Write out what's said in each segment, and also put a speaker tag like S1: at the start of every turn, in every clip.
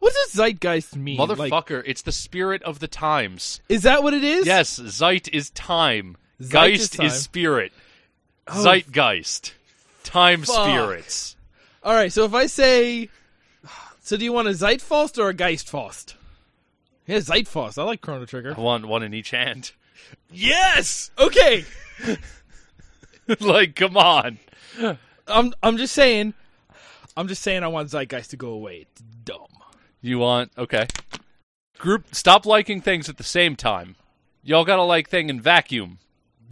S1: What does zeitgeist mean? Like,
S2: Motherfucker, it's the spirit of the times.
S1: is that what it is?
S2: Yes, Zeit is time.
S1: Zeit is
S2: Geist is,
S1: time. Oh.
S2: spirit. Zeitgeist. Time
S1: fuck.
S2: spirits.
S1: All right. So if I say, so do you want a zeitfaust or a geistfaust? Yeah, zeitfaust. I like Chrono Trigger.
S2: One one in each hand.
S1: Yes. Okay.
S2: like, come on.
S1: I'm I'm just saying. I'm just saying I want zeitgeist to go away. It's dumb.
S2: You want okay. Group stop liking things at the same time. Y'all gotta like thing in vacuum.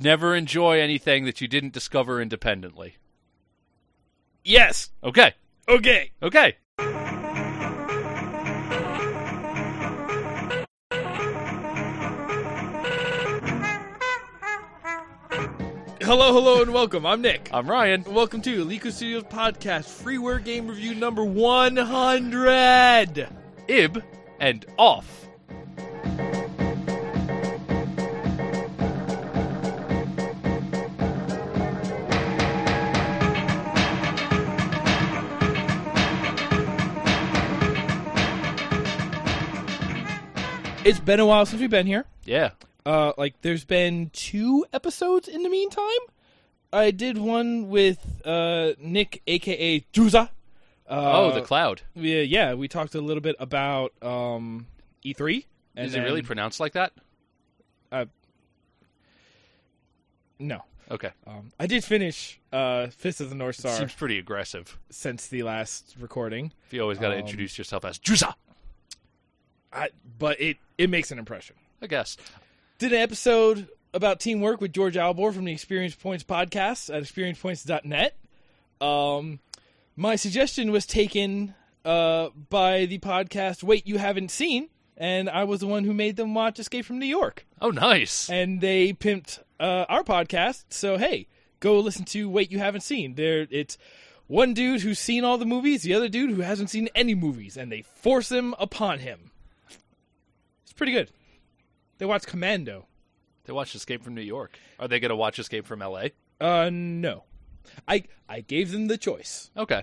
S2: Never enjoy anything that you didn't discover independently.
S1: Yes.
S2: Okay.
S1: Okay.
S2: Okay.
S1: Hello, hello, and welcome. I'm Nick.
S2: I'm Ryan.
S1: Welcome to Lico Studios Podcast Freeware Game Review number 100.
S2: Ib and off.
S1: It's been a while since we've been here.
S2: Yeah.
S1: Uh, like, there's been two episodes in the meantime. I did one with uh, Nick, aka Druza. Uh,
S2: Oh, the cloud.
S1: yeah, yeah, we talked a little bit about um, E3. And
S2: Is it really
S1: then-
S2: pronounced like that?
S1: No.
S2: Okay.
S1: Um, I did finish uh, Fist of the North Star
S2: Seems pretty aggressive.
S1: since the last recording,
S2: If you always gotta
S1: Um,
S2: introduce yourself as Jusa,
S1: I, but it, it makes an impression.
S2: I guess.
S1: did an episode about teamwork with George Albor from the Experience Points podcast at experiencepoints.net. Um, my suggestion was taken uh, by the podcast Wait You Haven't Seen, and I was the one who made them watch Escape from New York.
S2: Oh nice.
S1: And they pimped uh, our podcast, so hey, go listen to Wait You Haven't Seen. There, it's one dude who's seen all the movies, the other dude who hasn't seen any movies, and they force them upon him. It's pretty good. They watch Commando.
S2: They watched Escape from New York. Are they gonna watch Escape from LA?
S1: Uh, no. I I gave them the choice.
S2: Okay.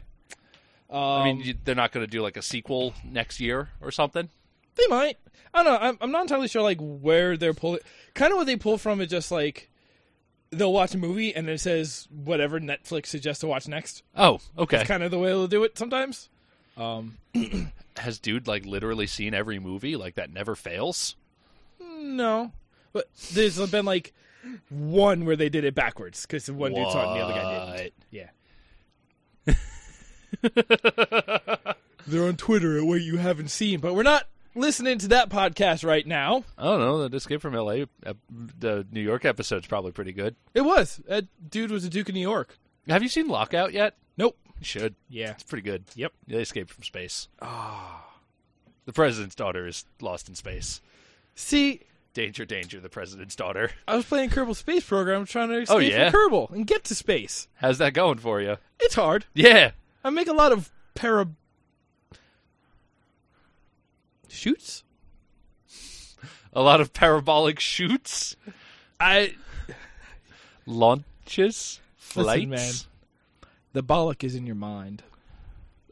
S1: Um,
S2: I mean, you, they're not going to do like a sequel next year or something.
S1: they might. I don't know. I'm, I'm not entirely sure like where they're pulling. Kind of what they pull from is just like they'll watch a movie and it says whatever Netflix suggests to watch next.
S2: Oh, okay.
S1: Kind of the way they'll do it sometimes. Um,
S2: Has dude like literally seen every movie? Like that never fails.
S1: no, but there's been like one where they did it backwards because one dude saw it and the other guy didn't. Yeah. They're on Twitter at what you haven't seen, but we're not listening to that podcast right now.
S2: I don't know. The Escape from L.A. ep- the New York episode's probably pretty good.
S1: It was. That dude was a Duke of New York.
S2: Have you seen Lockout yet?
S1: Nope.
S2: You should.
S1: Yeah.
S2: It's pretty good.
S1: Yep.
S2: They escape from space. Ah. The president's daughter is lost in space.
S1: See,
S2: Danger, danger! The president's daughter.
S1: I was playing Kerbal Space Program trying to escape
S2: Oh, yeah?
S1: from Kerbal and get to space.
S2: How's that going for you?
S1: It's hard.
S2: Yeah.
S1: I make a lot of para shoots.
S2: A lot of parabolic shoots,
S1: I
S2: launches, flights.
S1: Listen, man. the bollock is in your mind.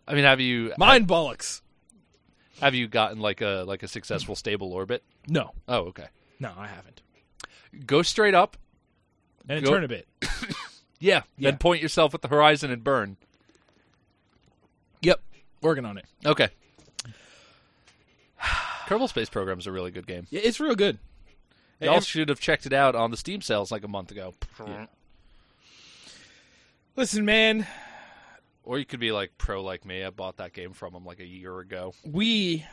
S2: I mean, have you
S1: Mind bollocks.
S2: have you gotten like a like a successful stable orbit?
S1: No,
S2: Oh, okay.
S1: no, I haven't.
S2: Go straight up.
S1: And it
S2: Go-
S1: turned a bit.
S2: Yeah.
S1: Yeah.
S2: Then point yourself at the horizon and burn.
S1: Yep, working on it.
S2: Okay. Kerbal Space Program is a really good game.
S1: Yeah, it's real good.
S2: Y'all should have checked it out on the Steam sales like a month ago.
S1: Listen, man,
S2: Or you could be like pro like me. I bought that game from them like a year ago,
S1: we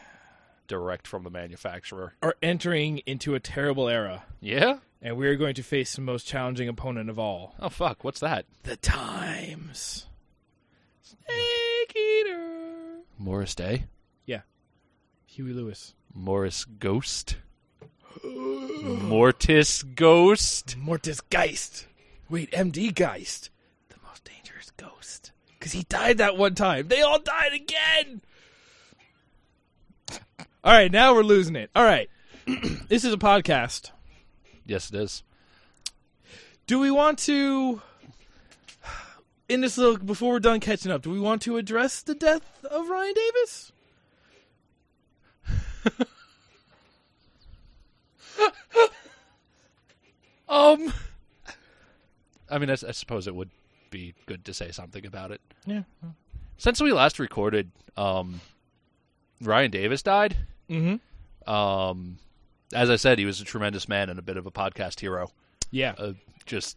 S2: direct from the manufacturer.
S1: are entering into a terrible era.
S2: Yeah.
S1: and we are going to face the most challenging opponent of all
S2: Oh fuck! What's that?
S1: the times snake eater
S2: Morris Day,
S1: huey lewis
S2: Morris Ghost, Mortis Ghost.
S1: mortis geist wait md geist the most dangerous ghost because he died that one time they all died again all right now we're losing it all right this is a podcast
S2: Yes, it is.
S1: do we want to in this little before we're done catching up do we want to address the death of ryan davis
S2: Um, I mean, I, s- I suppose it would be good to say something about it.
S1: Yeah.
S2: Since we last recorded, um, Ryan Davis died.
S1: Mm-hmm.
S2: Um, as I said, he was a tremendous man and a bit of a podcast hero.
S1: Yeah.
S2: Uh, just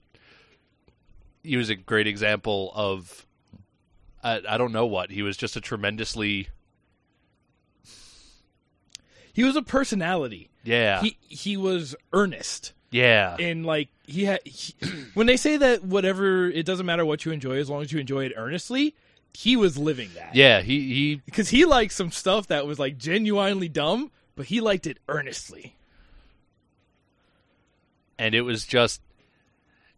S2: he was a great example of I, I don't know what he was just a tremendously
S1: He was a personality.
S2: yeah
S1: He he was earnest
S2: yeah
S1: and like he had. He, when they say that whatever it doesn't matter what you enjoy as long as you enjoy it earnestly, he was living that.
S2: yeah he he
S1: Because he liked some stuff that was like genuinely dumb, but he liked it earnestly.
S2: and it was just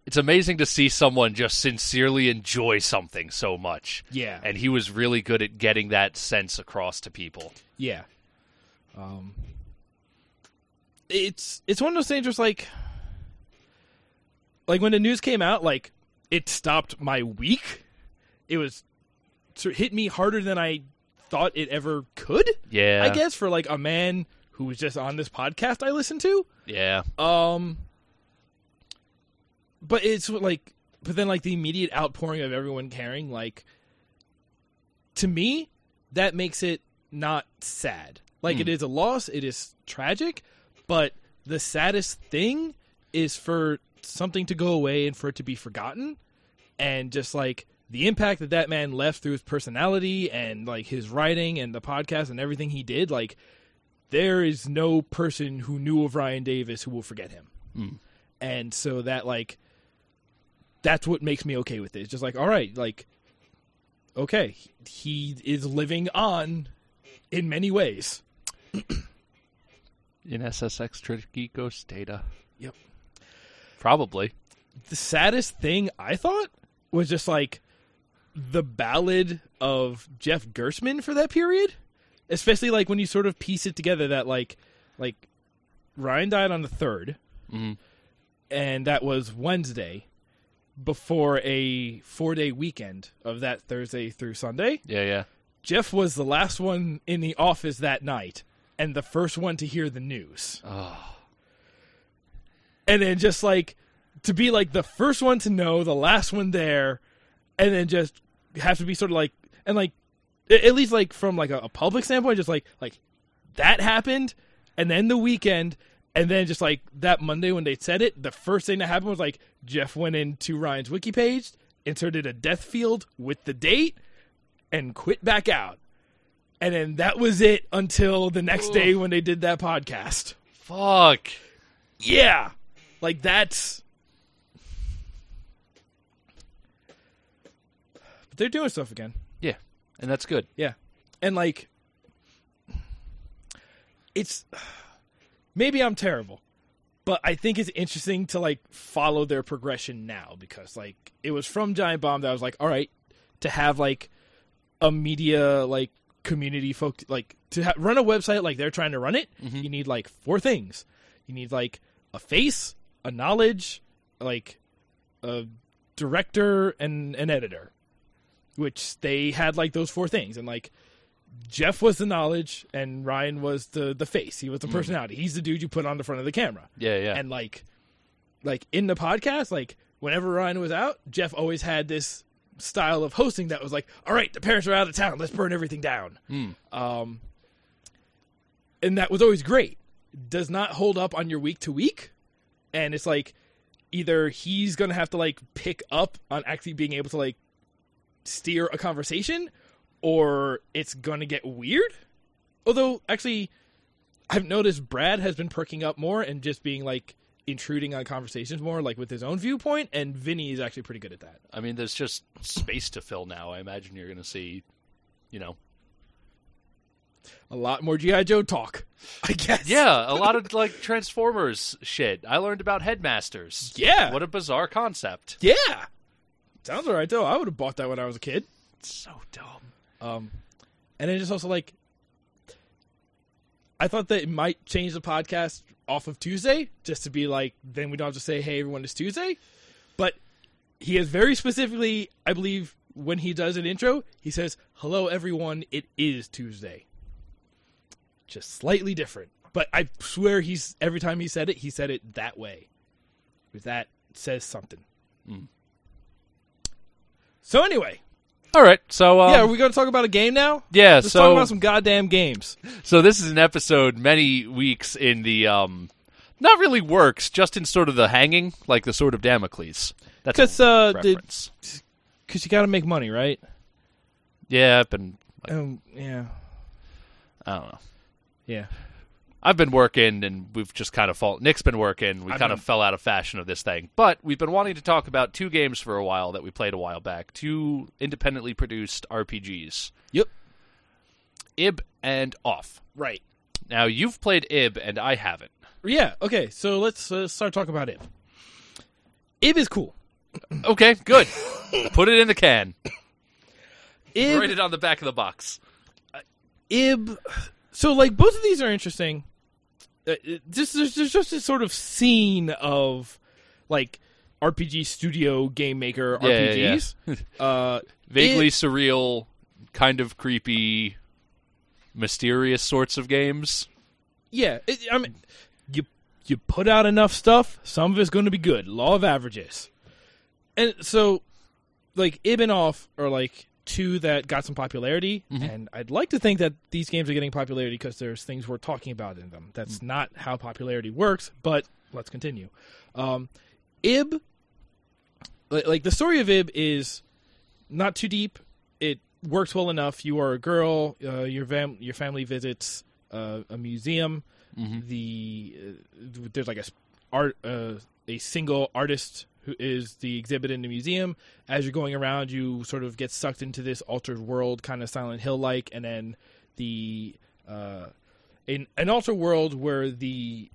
S2: it's amazing to see someone just sincerely enjoy something so much
S1: Yeah.
S2: and he was really good at getting that sense across to people
S1: Yeah. Um it's it's one of those things where it's like like when the news came out like it stopped my week. It was so it hit me harder than I thought it ever could.
S2: yeah
S1: I guess for like a man who was just on this podcast I listened to.
S2: yeah
S1: Um but it's like but then like the immediate outpouring of everyone caring like to me that makes it not sad. Like it is a loss, it is tragic, but the saddest thing is for something to go away and for it to be forgotten and just like the impact that that man left through his personality and like his writing and the podcast and everything he did like there is no person who knew of Ryan Davis who will forget him. And so that like that's what makes me okay with it. It's just like all right, like okay, he- he is living on in many ways.
S2: in ssx tricky ghost data
S1: Yep.
S2: probably
S1: The saddest thing I thought was just like the ballad of Jeff Gersman for that period, especially like when you sort of piece it together that like like Ryan died on the 3rd
S2: Mhm.
S1: and that was Wednesday before a four day weekend of that Thursday through Sunday.
S2: yeah yeah
S1: Jeff was the last one in the office that night and the first one to hear the news.
S2: oh
S1: And then just like to be like the first one to know, the last one there, and then just have to be sort of like and like a- at least like from like a, a public standpoint, just like like that happened and then the weekend and then just like that Monday when they said it, the first thing that happened was like Jeff went into Ryan's wiki page, inserted a death field with the date, and quit back out. And then that was it until the next day when they did that podcast.
S2: fuck
S1: Yeah. Like that's But they're doing stuff again.
S2: yeah and that's good
S1: Yeah. And like it's maybe I'm terrible, but I think it's interesting to like follow their progression now because like it was from Giant Bomb that I was like, all right, to have like a media like community folk like to ha- run a website like they're trying to run it, you need like four things. You need like a face, a knowledge, like a director and an editor which they had like those four things and like jeff was the knowledge and ryan was the the face he was the personality he's the dude you put on the front of the camera
S2: yeah yeah
S1: and like like in the podcast like whenever ryan was out jeff always had this style of hosting that was like all right the parents are out of town let's burn everything down um and that was always great does not hold up on your week to week and it's like either he's gonna have to like pick up on actually being able to like steer a conversation or it's gonna get weird although actually I've noticed Brad has been perking up more and just being like intruding on conversations more, like with his own viewpoint, and Vinny is actually pretty good at that.
S2: I mean, there's just space to fill now. I imagine you're going to see, you know,
S1: A lot more G.I. Joe talk, I guess.
S2: yeah, a lot of like Transformers shit. I learned about headmasters.
S1: Yeah.
S2: what a bizarre concept.
S1: Yeah. Sounds alright though. I would have bought that when I was a kid.
S2: so dumb.
S1: Um and then just also like I thought that it might change the podcast off of Tuesday, just to be like then we don't have to say, Hey everyone, it's Tuesday. But he has very specifically, I believe, when he does an intro, he says, Hello everyone, it is Tuesday. just slightly different. But I swear he's every time he said it, he said it that way. If that says something.
S2: Mm.
S1: So anyway,
S2: All right. So um,
S1: yeah, are we going to talk about a game now?
S2: yeah,
S1: Let's
S2: so
S1: talk about some goddamn games.
S2: So this is an episode many weeks in the um not really works, just in sort of the hanging, like the sword of Damocles. That's
S1: Because
S2: a
S1: uh,
S2: reference.
S1: because you got to make money, right?
S2: yeah, I've been like,
S1: Um, yeah,
S2: I don't know.
S1: yeah.
S2: I've been working and we've just kind of fall Nick's been working. We
S1: I've
S2: kind of
S1: been-
S2: fell out of fashion of this thing. But we've been wanting to talk about two games for a while that we played a while back, two independently produced RPGs.
S1: Yep.
S2: Ib and Off.
S1: Right.
S2: Now you've played Ib and I haven't.
S1: Yeah. Okay. So let's uh, start talking about Ib. Ib is cool.
S2: Okay, good. Put it in the can.
S1: Ib
S2: Write it on the back of the box.
S1: Ib. So like both of these are interesting. Uh, it- Just there's, there's just this sort of scene of like RPG studio game maker
S2: Yeah, yeah, yeah.
S1: RPGs. Uh,
S2: vaguely
S1: It-
S2: surreal, kind of creepy, mysterious sorts of games.
S1: yeah. It, I mean, you you put out enough stuff, some of it's going to be good. Law of averages. And so, like Ib and Off are like two that got some popularity, and I'd like to think that these games are getting popularity because there's things we're talking about in them. That's not how popularity works, but let's continue. Um, Ib, li- like the story of Ib is not too deep. It works well enough. You are a girl. Uh, your fam- your family visits uh, a museum. The uh, there's like a s- art uh, a single artist who is the exhibit in the museum. As you're going around, you sort of get sucked into this altered world, kind of Silent Hill like, and then the uh, in an altered world where the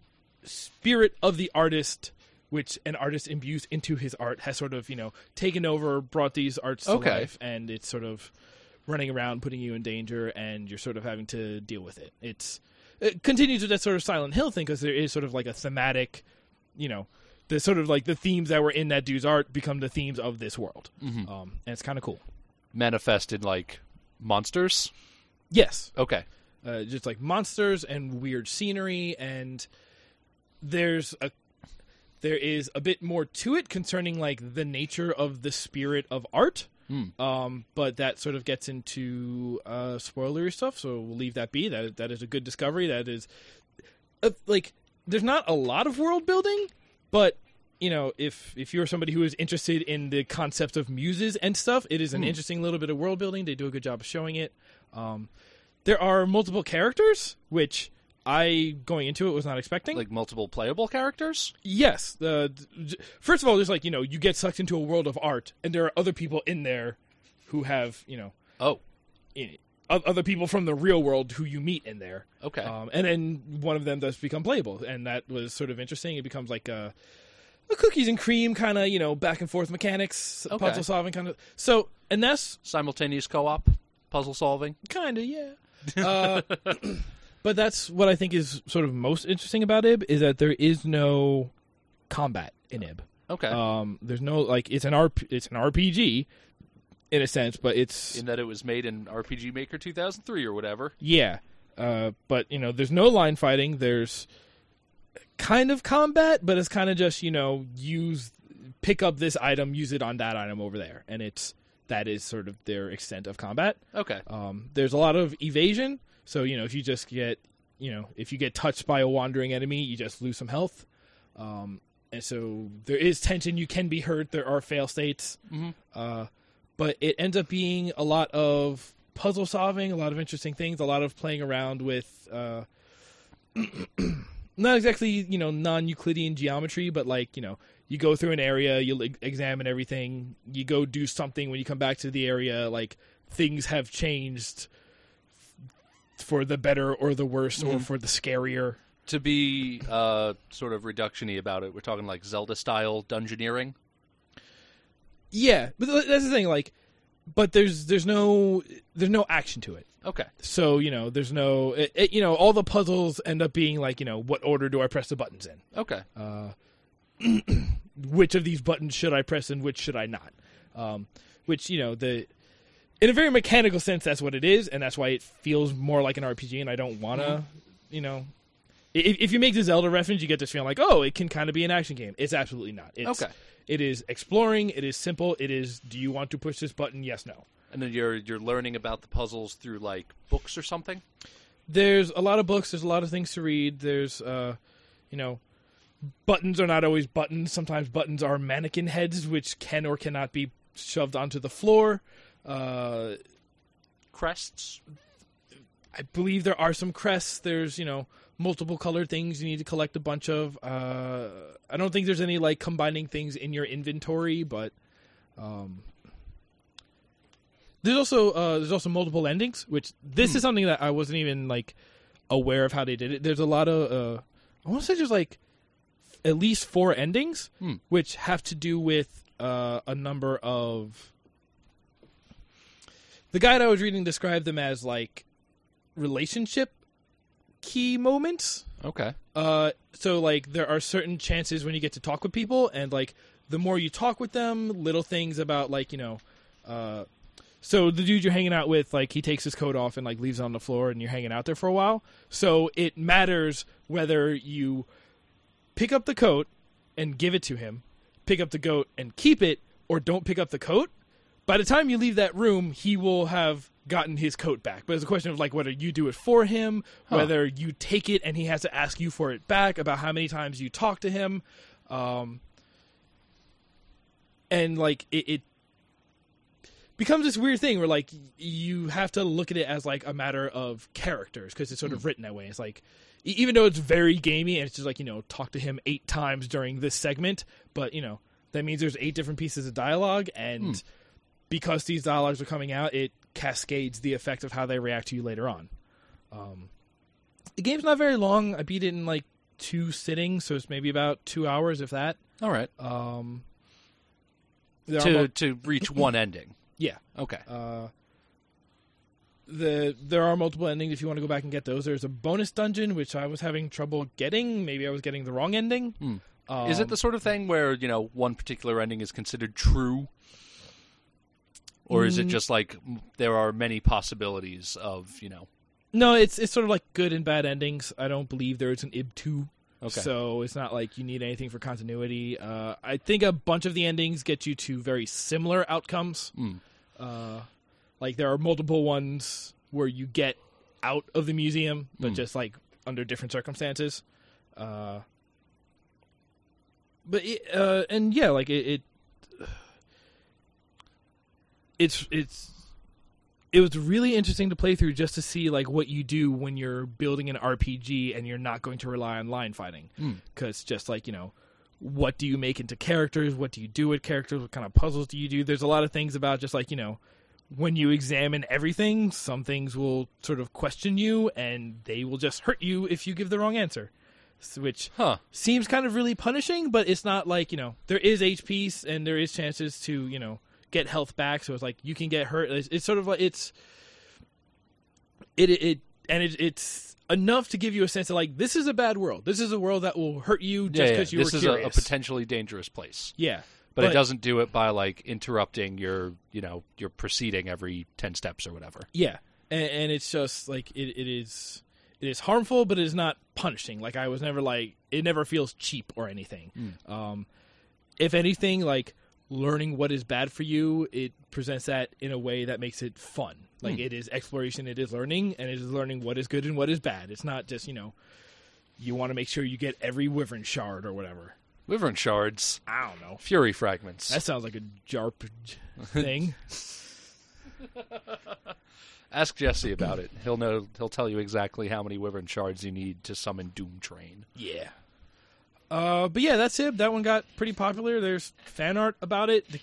S1: spirit of the artist which an artist imbues into his art has sort of you know taken over brought these arts to
S2: Okay.
S1: life and it's sort of running around putting you in danger and you're sort of having to deal with it it's it continues with that sort of silent hill thing because there is sort of like a thematic you know the sort of like the themes that were in that dude's art become the themes of this world um, and it's kind of cool
S2: Manifest in like monsters.
S1: yes
S2: Okay.
S1: uh, just like monsters and weird scenery and there's a there is a bit more to it concerning like the nature of the spirit of art um, but that sort of gets into uh, spoilery stuff so we'll leave that be that that is a good discovery that is uh, like there's not a lot of world building but you know if if you're somebody who is interested in the concept of muses and stuff it is an interesting little bit of world building they do a good job of showing it um, there are multiple characters which i going into it was not expecting
S2: Like multiple playable characters?
S1: Yes. The j- first of all, there's like you know you get sucked into a world of art, and there are other people in there who have you know
S2: Oh,
S1: i- o- other people from the real world who you meet in there.
S2: okay.
S1: Um, and then one of them does become playable, and that was sort of interesting. It becomes like a, a cookies and cream kind of you know back and forth mechanics,
S2: Okay.
S1: puzzle solving kind of. So and that's
S2: Simultaneous co op, puzzle solving.
S1: kind of yeah. Uh, but that's what I think is sort of most interesting about Ib is that there is no combat in Ib.
S2: Okay.
S1: Um, there's no like it's an RP, it's an RPG in a sense, but it's
S2: in that it was made in RPG Maker 2003 or whatever.
S1: yeah. Uh, but you know, there's no line fighting. There's kind of combat, but it's kind of just you know use pick up this item, use it on that item over there, and it's that is sort of their extent of combat.
S2: Okay.
S1: Um, there's a lot of evasion, so you know if you just get you know if you get touched by a wandering enemy, you just lose some health. Um, and so there is tension. You can be hurt. There are fail states,
S2: Mhm.
S1: uh, but it ends up being a lot of puzzle solving, a lot of interesting things, a lot of playing around with. Uh, not exactly you know non-euclidean geometry but like you know you go through an area you like, examine everything you go do something when you come back to the area like things have changed f- for the better or the worse or for the scarier
S2: To be uh, sort of reduction y about it, we're talking like Zelda style dungeoneering.
S1: yeah but th- that's the thing like but there's there's no there's no action to it
S2: Okay.
S1: so you know there's no it, it, you know all the puzzles end up being like you know what order do i press the buttons in
S2: Okay.
S1: which of these buttons should I press and which should I not. Um, which you know the in a very mechanical sense that's what it is, and that's why it feels more like an RPG. And I don't wanna you know, if, if you make the Zelda reference, you get this feeling like, oh, it can kind of be an action game. It's absolutely not. It's,
S2: Okay.
S1: It is exploring. It is simple. It is. Do you want to push this button? Yes. No.
S2: And then you're you're learning about the puzzles through like books or something.
S1: There's a lot of books. There's a lot of things to read. There's, uh, you know, buttons are not always buttons. Sometimes buttons are mannequin heads, which can or cannot be shoved onto the floor. Uh,
S2: Crests.
S1: I believe there are some crests. There's you know multiple colored things you need to collect a bunch of. Uh, I don't think there's any like combining things in your inventory, but um, there's also uh, there's also multiple endings, which this is something that I wasn't even like aware of how they did it. There's a lot of uh, I want to say there's like at least four endings,
S2: Hmm.
S1: which have to do with uh, a number of. The guide I was reading described them as like relationship key moments.
S2: Okay.
S1: Uh, so like there are certain chances when you get to talk with people, and like the more you talk with them, little things about like you know, uh, so the dude you're hanging out with, like he takes his coat off and like leaves it on the floor, and you're hanging out there for a while. So it matters whether you pick up the coat and give it to him, pick up the goat and keep it, or don't pick up the coat. By the time you leave that room, he will have gotten his coat back. But it's a question of like whether you do it for him, whether you take it and he has to ask you for it back, about how many times you talk to him, um, and like it, it becomes this weird thing where like y- you have to look at it as like a matter of characters because it's sort of written that way. It's like e- even though it's very gamey and it's just like you know talk to him eight times during this segment, but you know that means there's eight different pieces of dialogue and because these dialogues are coming out, it cascades the effect of how they react to you later on. Um, the game's not very long. I beat it in like two sittings, so it's maybe about two hours, if that.
S2: All right.
S1: Um, there are
S2: to
S1: mul-
S2: to reach one ending.
S1: yeah,
S2: Okay.
S1: uh, the there are multiple endings if you want to go back and get those. There's a bonus dungeon which I was having trouble getting. Maybe I was getting the wrong ending.
S2: Hmm.
S1: Um,
S2: is it the sort of thing where you know one particular ending is considered true, or is it just like m- there are many possibilities of you know?
S1: No, it's it's sort of like good and bad endings. I don't believe there is an ib two.
S2: Okay.
S1: So it's not like you need anything for continuity. Uh, I think a bunch of the endings get you to very similar outcomes. Uh, like there are multiple ones where you get out of the museum, but just like under different circumstances. Uh, but it, uh, and yeah, like it, it, it's it's it was really interesting to play through just to see like what you do when you're building an RPG and you're not going to rely on line fighting because just like you know what do you make into characters what do you do with characters what kind of puzzles do you do there's a lot of things about just like you know when you examine everything some things will sort of question you and they will just hurt you if you give the wrong answer S- which
S2: Huh.
S1: seems kind of really punishing, but it's not like, you know, there is HP and there is chances to, you know, get health back. So it's like you can get hurt. It's, it's sort of like it's it it, it and it, it's enough to give you a sense of like this is a bad world. This is a world that will hurt you just because you
S2: this
S1: were
S2: is a, a
S1: curious.
S2: potentially dangerous place,
S1: yeah.
S2: but, it doesn't do it by like interrupting your you know your proceeding every ten steps or whatever.
S1: Yeah, and, and it's just like it, it is. It is harmful, but it is not punishing. Like I was never like it never feels cheap or anything. Um, if anything, like learning what is bad for you, it presents that in a way that makes it fun. Like it is exploration, it is learning, and it is learning what is good and what is bad. It's not just you know you want to make sure you get every wyvern shard or whatever.
S2: Wyvern shards,
S1: I don't know.
S2: fury fragments.
S1: That sounds like a jarp thing.
S2: Ask Jesse about it. He'll know. He'll tell you exactly how many wyvern shards you need to summon Doom Train.
S1: Yeah. Uh, but yeah, that's it. That one got pretty popular. There's fan art about it. The-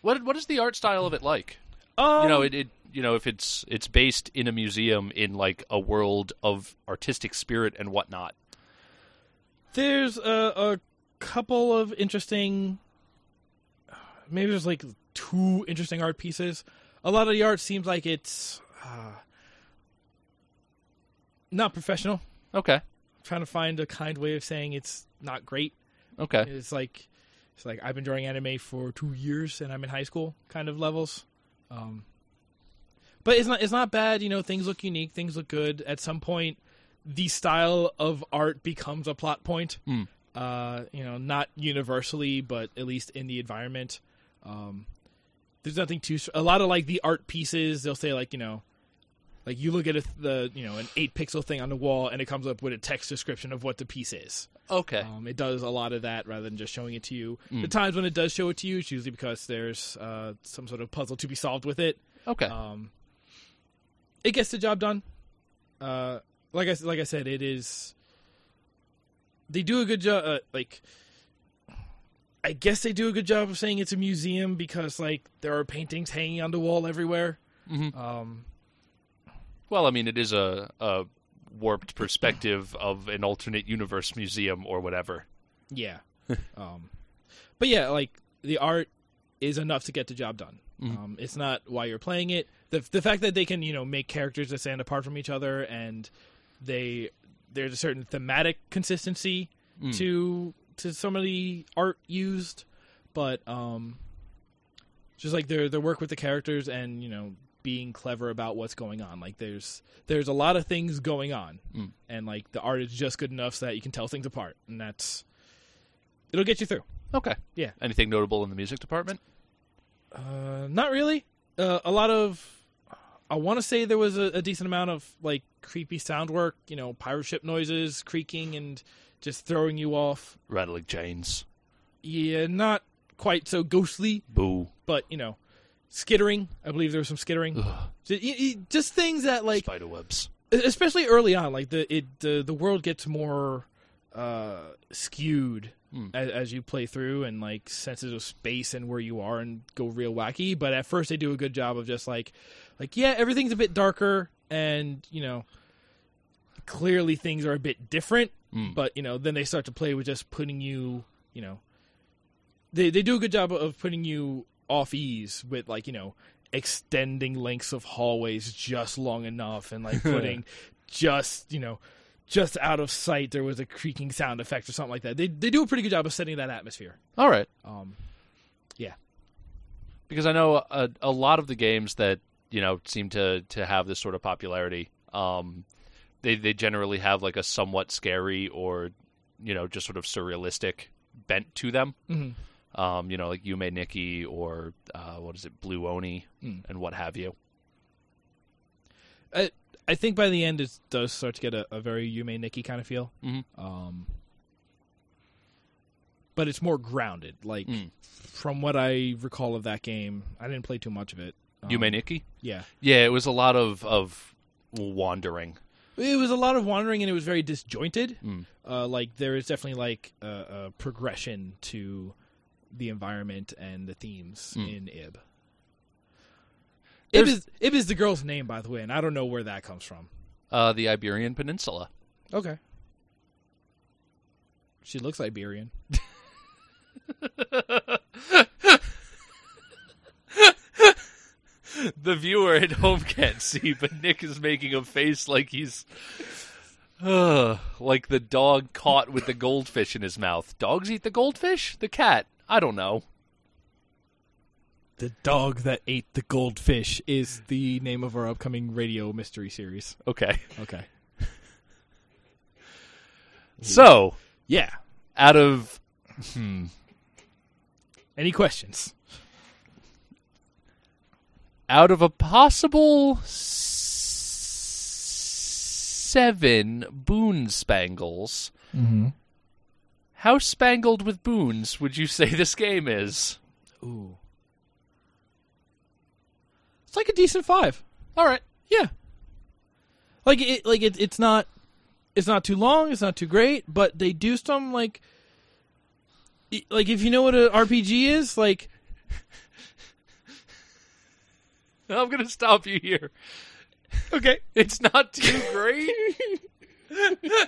S2: What What is the art style of it like?
S1: Um,
S2: you know, it, it you know if it's it's based in a museum in like a world of artistic spirit and whatnot.
S1: there's a, a couple of interesting. uh, Maybe there's like two interesting art pieces. A lot of the art seems like it's uh, not professional.
S2: Okay,
S1: trying to find a kind way of saying it's not great.
S2: okay,
S1: It's like it's like I've been drawing anime for two years and I'm in high school kind of levels. Um, but it's not it's not bad. You know, things look unique, things look good. At some point, the style of art becomes a plot point.
S2: Mm.
S1: Uh, you know, not universally, but at least in the environment. Um, there's nothing too. A lot of like the art pieces, they'll say like you know, like you look at a, the you know an eight pixel thing on the wall, and it comes up with a text description of what the piece is.
S2: Okay.
S1: Um, it does a lot of that rather than just showing it to you. The times when it does show it to you, it's usually because there's uh, some sort of puzzle to be solved with it.
S2: okay.
S1: Um, it gets the job done. Uh, like I s- like I said, it is. They do a good job. Uh, like, I guess they do a good job of saying it's a museum because like there are paintings hanging on the wall everywhere. Um,
S2: well, I mean, it is a, a warped perspective of an alternate universe museum or whatever.
S1: Yeah. um, but yeah, like the art is enough to get the job done. Um, it's not why you're playing it. The the fact that they can you know make characters that stand apart from each other and they there's a certain thematic consistency to to some of the art used, but um, just like their their work with the characters and you know being clever about what's going on. Like there's there's a lot of things going on, and like the art is just good enough so that you can tell things apart, and that's it'll get you through.
S2: Okay.
S1: Yeah.
S2: Anything notable in the music department?
S1: Uh, not really. Uh, a lot of I want to say there was a, a decent amount of like creepy sound work, you know, pirate ship noises, creaking, and just throwing you off.
S2: Rattling chains.
S1: Yeah, not quite so ghostly,
S2: Boo.
S1: but you know, skittering. I believe there was some skittering. Just, y- y- just things that like
S2: Spiderwebs.
S1: especially early on like the it the, the world gets more uh skewed as, as you play through and like senses of space and where you are and go real wacky but at first they do a good job of just like like yeah everything's a bit darker and you know clearly things are a bit different but you know then they start to play with just putting you you know they they do a good job of putting you off ease with like you know extending lengths of hallways just long enough and like putting just you know just out of sight there was a creaking sound effect or something like that they they do a pretty good job of setting that atmosphere
S2: All right.
S1: um yeah
S2: because I know a, a lot of the games that you know seem to to have this sort of popularity, um, they they generally have like a somewhat scary or you know just sort of surrealistic bent to them.
S1: Mhm.
S2: Um, you know, like Yume Nikki or uh, what is it, Blue Oni,
S1: Mm.
S2: and what have you.
S1: I I think by the end it does start to get a, a very Yume Nikki kind of feel.
S2: Mhm.
S1: Um, but it's more grounded. Like
S2: Mm.
S1: from what I recall of that game, I didn't play too much of it. Um,
S2: Yume Nikki,
S1: yeah.
S2: yeah, it was a lot of of wandering.
S1: It was a lot of wandering and it was very disjointed.
S2: Mm.
S1: Uh, like there is definitely like a, a progression to the environment and the themes in Ib. Ib
S2: Mm. There's-
S1: is, Ib is the girl's name, by the way, and I don't know where that comes from.
S2: Uh, the Iberian Peninsula.
S1: Okay. She looks Iberian.
S2: The viewer at home can't see, but Nick is making a face like he's Ugh, like the dog caught with the goldfish in his mouth. Dogs eat the goldfish? The cat? I don't know.
S1: The dog that ate the goldfish is the name of our upcoming radio mystery series.
S2: Okay.
S1: Okay.
S2: So,
S1: Yeah.
S2: out of
S1: Any questions?
S2: out of a possible s- seven boon spangles, how spangled with boons would you say this game is?
S1: Ooh. It's like a decent five.
S2: All right.
S1: Yeah. Like it like it, it's not it's not too long, it's not too great, but they do some like i- like if you know what an RPG is, like
S2: I'm going to stop you here.
S1: okay.
S2: It's not too great.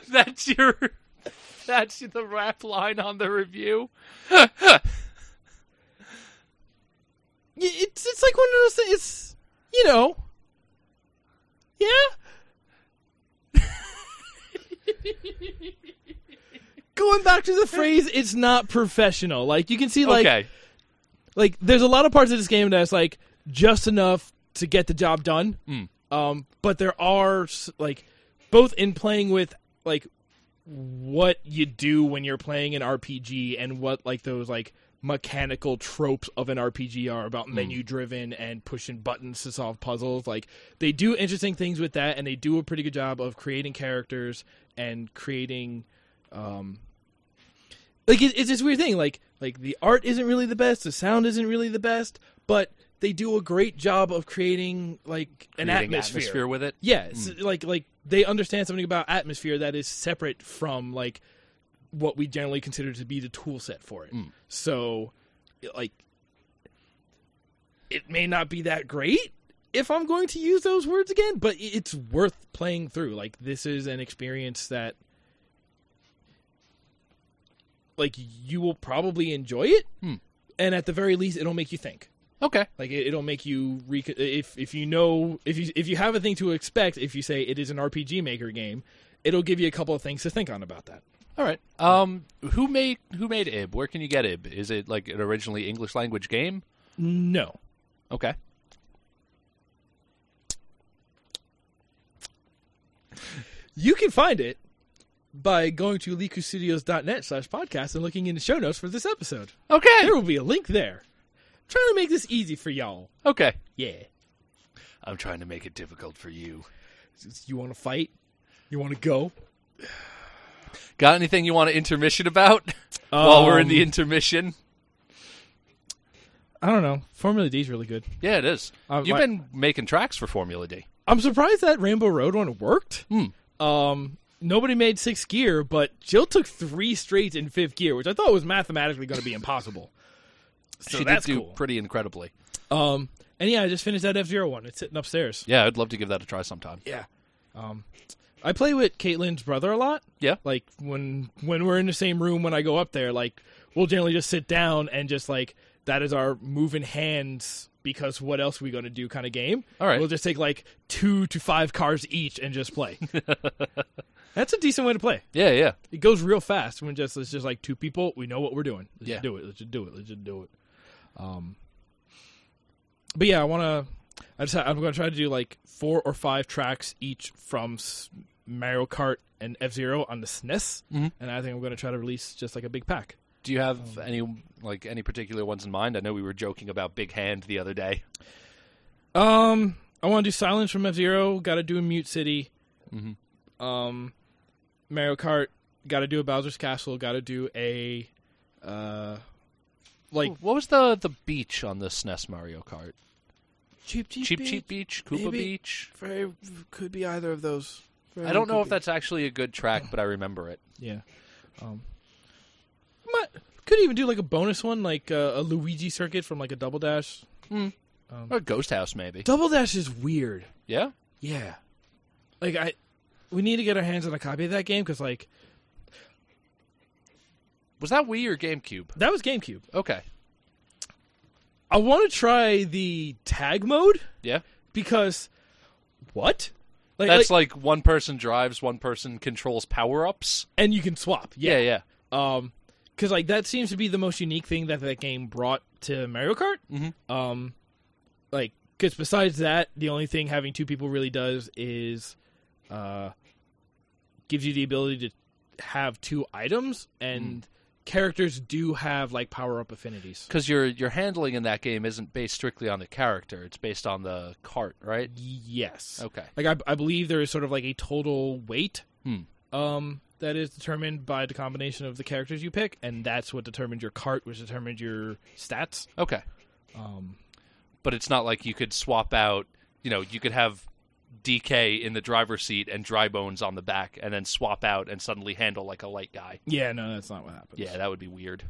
S2: that's your that's the rap line on the review.
S1: Y- it's it's like one of those things. It's you know, yeah. Going back to the phrase, it's not professional. Like you can see, like
S2: okay.
S1: like there's a lot of parts of this game that's like just enough to get the job done. Um, but there are s- like both in playing with like what you do when you're playing an RPG and what like those like mechanical tropes of an RPG are about menu driven and pushing buttons to solve puzzles. Like they do interesting things with that and they do a pretty good job of creating characters and creating um like it, it's this weird thing like like the art isn't really the best, the sound isn't really the best, but they do a great job of creating like an
S2: Creating
S1: atmosphere.
S2: with it.
S1: Yes, like like they understand something about atmosphere that is separate from like what we generally consider to be the tool set for it. So like it may not be that great if I'm going to use those words again, but i- it's worth playing through. Like this is an experience that like you will probably enjoy it.
S2: Hmm.
S1: And at the very least it'll make you think.
S2: Okay.
S1: Like it, it'll make you re- if if you know if you if you have a thing to expect if you say it is an RPG maker game, it'll give you a couple of things to think on about that.
S2: All right. Um, who made who made Ib? Where can you get Ib? Is it like an originally English language game?
S1: No,
S2: Okay.
S1: you can find it by going to likustudios.net slash podcast and looking in the show notes for this episode.
S2: Okay.
S1: There will be a link there. trying to make this easy for y'all.
S2: Okay.
S1: Yeah,
S2: I'm trying to make it difficult for you.
S1: you want to fight? You want to go?
S2: Got anything you want to intermission about while we're in the
S1: Um,
S2: intermission?
S1: I don't know. Formula D is really good.
S2: Yeah, it is.
S1: Uh,
S2: You've
S1: my-
S2: been making tracks for Formula D.
S1: I'm surprised that Rainbow Road one worked.
S2: Hmm.
S1: Um, nobody made sixth gear, but Jill took three straights in fifth gear, which I thought was mathematically going to be impossible. So
S2: she
S1: that's
S2: did do
S1: cool.
S2: pretty incredibly.
S1: um, and yeah, I just finished that F Zero one. It's sitting upstairs.
S2: Yeah, I'd love to give that a try sometime.
S1: Yeah. Um, I play with Caitlin's brother a lot.
S2: Yeah.
S1: Like when when we're in the same room when I go up there, like we'll generally just sit down and just like that is our moving hands because what else are we gonna do kind of game.
S2: All right.
S1: We'll just take like two to five cars each and just play. That's a decent way to play.
S2: Yeah, yeah.
S1: It goes real fast when just it's just like two people, we know what we're doing. Let's
S2: Yeah.
S1: just do it, let's just do it, let's just do it. Um But yeah, I wanna I just I'm gonna try to do like four or five tracks each from S- Mario Kart and F Zero on the SNES, and I think I'm gonna try to release just like a big pack.
S2: Do you have any like any particular ones in mind? I know we were joking about Big Hand the other day.
S1: Um, I want to do Silence from F Zero. Got to do a Mute City. Um, Mario Kart. Got to do a Bowser's Castle. Got to do a uh, like
S2: What was the the beach on the SNES Mario Kart?
S1: cheap
S2: Cheap Cheap Beach, Koopa
S1: maybe-
S2: Beach.
S1: Very could be either of those.
S2: I don't know if that's actually a good track, but I remember it.
S1: yeah. Um, might, could even do like a bonus one, like uh, a Luigi circuit from like a Double Dash.
S2: Or Ghost House, maybe.
S1: Double Dash is weird.
S2: Yeah.
S1: Yeah. Like I we need to get our hands on a copy of that game cuz like
S2: Was that Wii or GameCube?
S1: that was GameCube.
S2: Okay.
S1: I want to try the tag mode
S2: Yeah.
S1: because what? Like,
S2: That's
S1: like-
S2: like, one person drives, one person controls power ups.
S1: and you can swap.
S2: Yeah,
S1: Yeah.
S2: yeah.
S1: Um cuz like that seems to be the most unique thing that that game brought to Mario Kart.
S2: Mm-hmm.
S1: Um like cuz besides that, the only thing having two people really does is uh gives you the ability to have two items
S2: Mm.
S1: and characters do have like power up affinities.
S2: Because your your handling in that game isn't based strictly on the character; it's based on the cart, right?
S1: Yes.
S2: Okay.
S1: Like I, I believe there is sort of like a total weight
S2: Hmm.
S1: um, that is determined by the combination of the characters you pick, and that's what determines your cart, which determines your stats.
S2: Okay.
S1: Um,
S2: But it's not like you could swap out. You know, you could have DK in the driver's seat and Dry Bones on the back, and then swap out and suddenly handle like a light guy.
S1: yeah, no, that's not what happens.
S2: Yeah, that would be weird.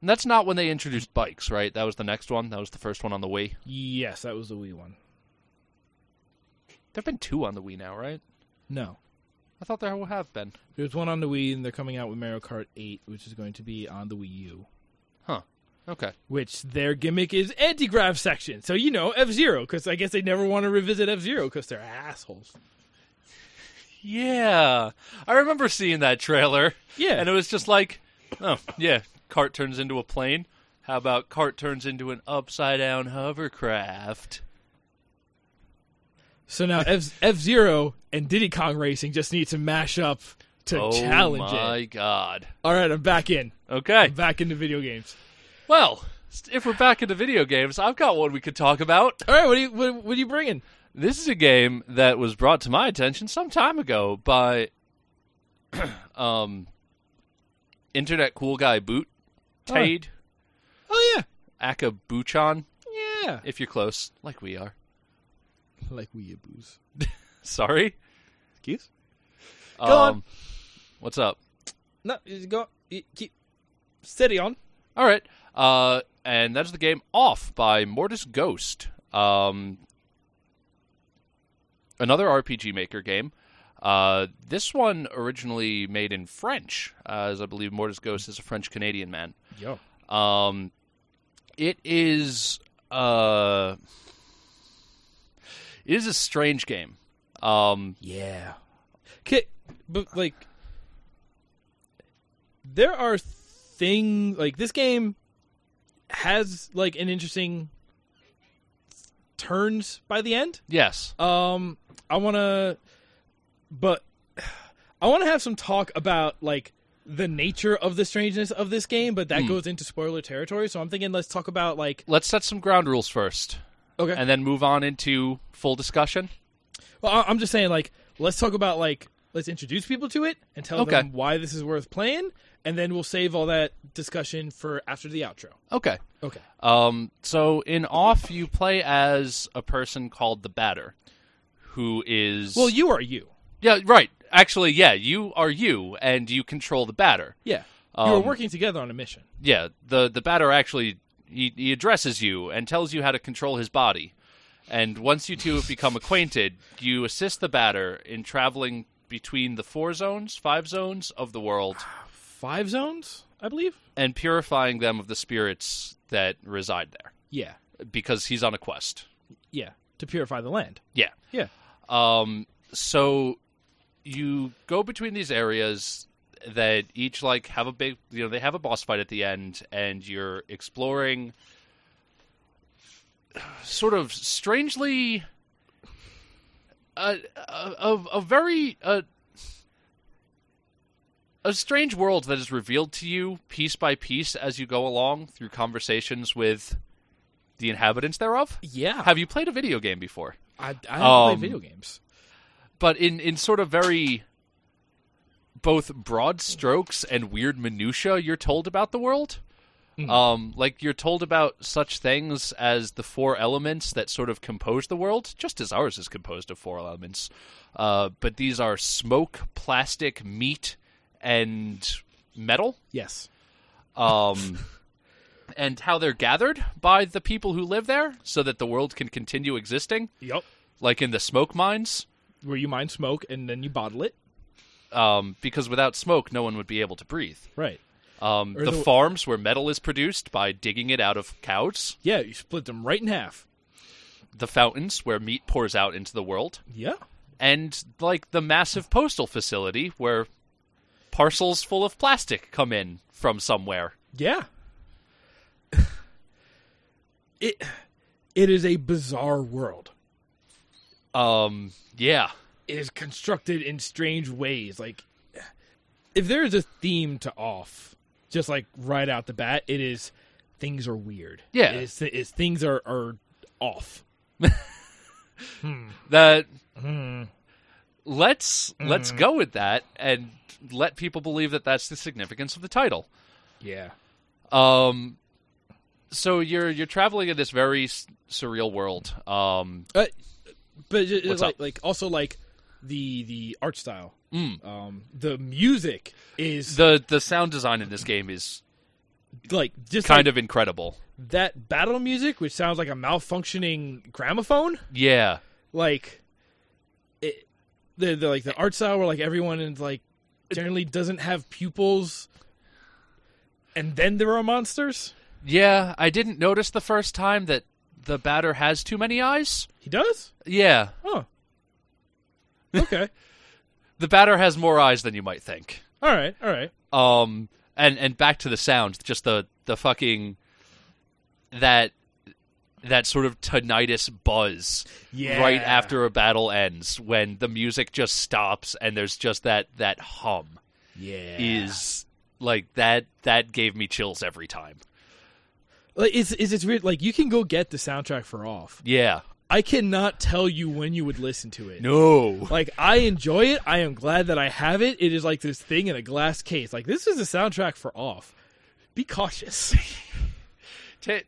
S2: And that's not when they introduced bikes, right? That was the next one. That was the first one on the Wii.
S1: Yes, that was the Wii one.
S2: There've been two on the Wii now, right?
S1: No,
S2: I thought there have been.
S1: there's one on the Wii, and they're coming out with Mario Kart 8, which is going to be on the Wii U.
S2: Huh. Okay.
S1: Which their gimmick is anti-grav section, so you know F Zero, because I guess they never want to revisit F Zero because they're assholes.
S2: Yeah. I remember seeing that trailer.
S1: Yeah,
S2: And it was just like, oh, yeah, cart turns into a plane. How about cart turns into an upside down hovercraft?
S1: So now F Zero and Diddy Kong Racing just need to mash up to
S2: oh
S1: challenge
S2: my
S1: it.
S2: god.
S1: All right, I'm back in.
S2: Okay.
S1: I'm back into video games.
S2: Well, if we're back into video games, I've got one we could talk about.
S1: All right, what are you what, what are you bringing?
S2: This is a game that was brought to my attention some time ago by um Internet Cool Guy Boot
S1: Oh.
S2: Tade
S1: Oh yeah,
S2: Akabuchon,
S1: yeah.
S2: if you're close, like we are.
S1: Like we booze.
S2: Sorry. Um,
S1: Excuse? Go on.
S2: What's up?
S1: No, you go you keep steady on.
S2: All right. Uh, and that's the game Off by Mortis Ghost. Um, another RPG Maker game. Uh, this one originally made in French, uh, as I believe Mortis Ghost is a French Canadian man.
S1: Yo.
S2: Um, it is uh, it is a strange game. Um,
S1: Yeah. Okay, but like there are things like this game has like an interesting turns by the end.
S2: yes.
S1: Um I want to but I want to have some talk about like the nature of the strangeness of this game, but that goes into spoiler territory, so I'm thinking let's talk about like
S2: Let's set some ground rules first,
S1: okay.
S2: and then move on into full discussion.
S1: Well, I- I'm just saying, like, let's talk about like let's introduce people to it and tell
S2: Okay.
S1: them why this is worth playing, and then we'll save all that discussion for after the outro.
S2: Okay.
S1: Okay.
S2: Um, so in off, you play as a person called the batter, who is
S1: Well, you are you.
S2: yeah right. Actually, yeah, you are you, and you control the batter.
S1: Yeah. you were
S2: Um,
S1: working together on a mission.
S2: Yeah, the the batter actually he, he addresses you and tells you how to control his body, and once you two have become acquainted, you assist the batter in traveling between the four zones, five zones of the world,
S1: Five zones, I believe.
S2: and purifying them of the spirits that reside there,
S1: Yeah.
S2: because he's on a quest.
S1: Yeah. To purify the land.
S2: Yeah.
S1: Yeah.
S2: Um, so you go between these areas that each like have a big, you know, they have a boss fight at the end, and you're exploring sort of strangely a a, a, a very a, a strange world that is revealed to you piece by piece as you go along through conversations with the inhabitants thereof.
S1: Yeah.
S2: Have you played a video game before?
S1: I, I haven't
S2: Um,
S1: played video games.
S2: but in in sort of very both broad strokes and weird minutia you're told about the world um like you're told about such things as the four elements that sort of compose the world just as ours is composed of four elements uh but these are smoke plastic meat and metal
S1: Yes.
S2: um, and how they're gathered by the people who live there so that the world can continue existing,
S1: Yep.
S2: like in the smoke mines,
S1: Where you mine smoke and then you bottle it.
S2: um, because without smoke, no one would be able to breathe.
S1: Right.
S2: Um,
S1: Or
S2: the,
S1: the-
S2: farms where metal is produced by digging it out of cows,
S1: Yeah. You split them right in half.
S2: the fountains where meat pours out into the world,
S1: Yeah.
S2: and like the massive postal facility where parcels full of plastic come in from somewhere.
S1: Yeah. it it is a bizarre world.
S2: Um, yeah.
S1: It is constructed in strange ways. Like if there is a theme to off, just like right out the bat, it is things are weird.
S2: Yeah.
S1: It is, it is things are, are off.
S2: that let's let's go with that and let people believe that that's the significance of the title
S1: Yeah.
S2: um so you're you're traveling in this very s- surreal world um
S1: Uh, but it- it's
S2: What's
S1: like,
S2: up?
S1: like also like the the art style. Um the music is
S2: mm. the the sound design in this game is
S1: like just
S2: kind of incredible
S1: of that battle music which sounds like a malfunctioning gramophone.
S2: yeah
S1: like it the, the like the art style where like everyone is like generally doesn't have pupils and then there are monsters
S2: yeah i didn't notice the first time that the batter has too many eyes
S1: he does
S2: yeah
S1: huh okay
S2: the batter has more eyes than you might think
S1: all right all right
S2: um and and back to the sound just the the fucking that that sort of tinnitus buzz
S3: Yeah.
S2: right after a battle ends when the music just stops and there's just that that hum
S3: Yeah.
S2: is like that that gave me chills every time.
S1: Like it's, it's it's weird. Like you can go get the soundtrack for off.
S2: Yeah.
S1: I cannot tell you when you would listen to it.
S2: No.
S1: Like I enjoy it. I am glad that I have it. It is like this thing in a glass case. Like this is a soundtrack for off. Be cautious.
S2: Ta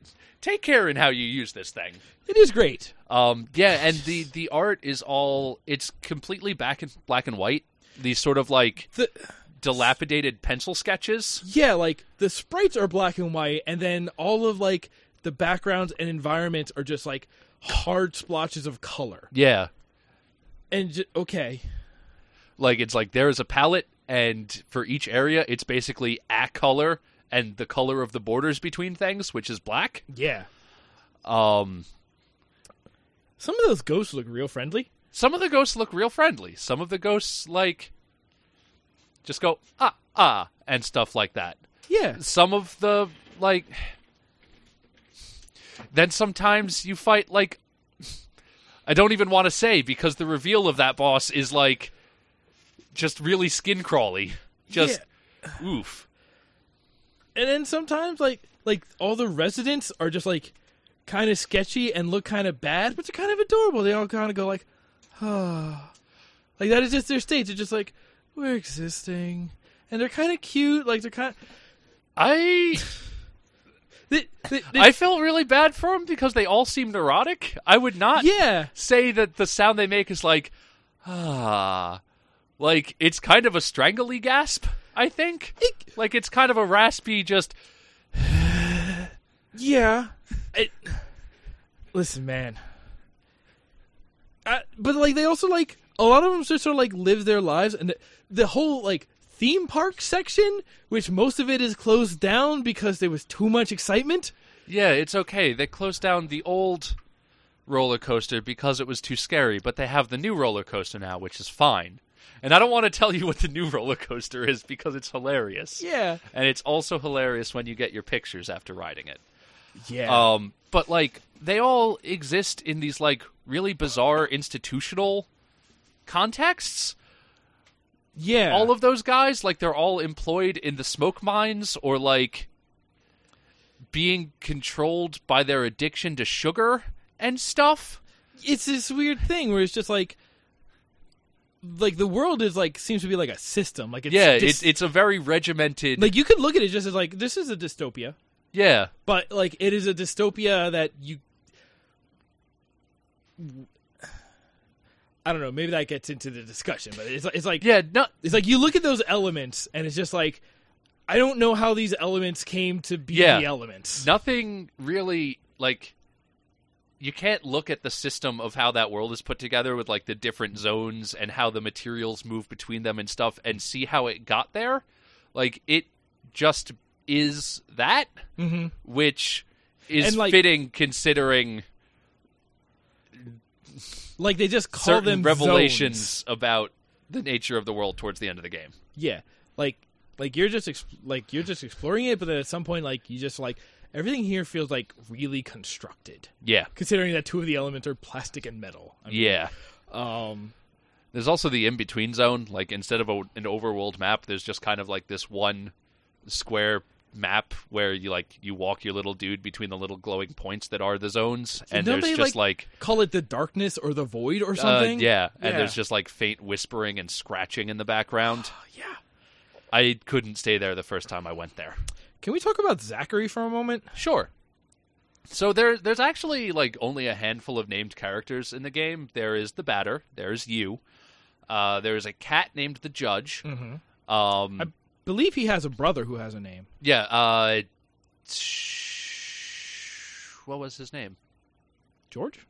S2: take care in how you use this thing.
S1: it is great.
S2: Um, yeah, and the the art is all it's completely back in black and white. These sort of like
S1: The,
S2: dilapidated pencil sketches.
S1: yeah, like the sprites are black and white, and then all of like the backgrounds and environments are just like hard splotches of color.
S2: Yeah,
S1: And j- okay,
S2: like it's like there is a palette, and for each area, it's basically a color and the color of the borders between things, which is black.
S1: yeah.
S2: Um,
S1: Some of those ghosts look real friendly.
S2: some of the ghosts look real friendly. Some of the ghosts like just go ah ah and stuff like that.
S1: Yeah.
S2: some of the like then sometimes you fight like I don't even want to say because the reveal of that boss is like just really skin crawly. Just oof.
S1: and then sometimes like like all the residents are just like kind of sketchy and look kind of bad, but they're kind of adorable. They all kind of go like, "Ah," like that is just their state. They're just like, "We're existing," and they're kind of cute. Like they're kind.
S2: I
S1: They, they, they,
S2: I feel really bad for them because they all seem neurotic. I would not
S1: yeah,
S2: say that the sound they make is like ah like it's kind of a strangly gasp, I think.
S1: Eek.
S2: Like it's kind of a raspy just
S1: yeah. It, listen, man. I, but like they also like a lot of them just sort of like live their lives and the, the whole like theme park section which most of it is closed down because there was too much excitement
S2: Yeah, it's okay. They closed down the old roller coaster because it was too scary, but they have the new roller coaster now, which is fine. And I don't want to tell you what the new roller coaster is because it's hilarious.
S1: Yeah.
S2: And it's also hilarious when you get your pictures after riding it.
S1: Yeah.
S2: Um, but like they all exist in these like really bizarre institutional contexts.
S1: yeah.
S2: All of those guys, like they're all employed in the smoke mines or like being controlled by their addiction to sugar and stuff.
S1: it's this weird thing where it's just like like the world is like seems to be like a system. Like it's
S2: yeah,
S1: dys-
S2: it's it's a very regimented.
S1: like you could look at it just as like this is a dystopia,
S2: yeah,
S1: but like it is a dystopia that you I don't know, maybe that gets into the discussion, but it's it's like
S2: yeah, no,
S1: it's like you look at those elements and it's just like I don't know how these elements came to be
S2: Yeah.
S1: the elements.
S2: nothing really like. You can't look at the system of how that world is put together with like the different zones and how the materials move between them and stuff and see how it got there. Like it just is that,
S1: Mhm.
S2: which is
S1: And, like-
S2: fitting considering
S1: Like they just call
S2: certain
S1: them
S2: revelations
S1: zones.
S2: about the nature of the world towards the end of the game.
S1: yeah like like you're just exp- like you're just exploring it but then at some point like you just like everything here feels like really constructed
S2: Yeah.
S1: considering that two of the elements are plastic and metal I mean,
S2: Yeah.
S1: um
S2: There's also the in between zone. Like instead of a, an overworld map, there's just kind of like this one square map where you like you walk your little dude between the little glowing points that are the zones, and
S1: don't
S2: there's
S1: they,
S2: just like,
S1: call it the darkness or the void or
S2: uh,
S1: something
S2: yeah, and
S1: Yeah.
S2: there's just like faint whispering and scratching in the background.
S1: Oh, yeah
S2: I couldn't stay there the first time I went there.
S1: can we talk about zachary for a moment
S2: Sure. So there, there's actually like only a handful of named characters in the game. There is the batter. There is you. Uh, there is a cat named the judge. Um,
S1: i believe he has a brother who has a name
S2: Yeah. Uh, sh- what was his name?
S1: george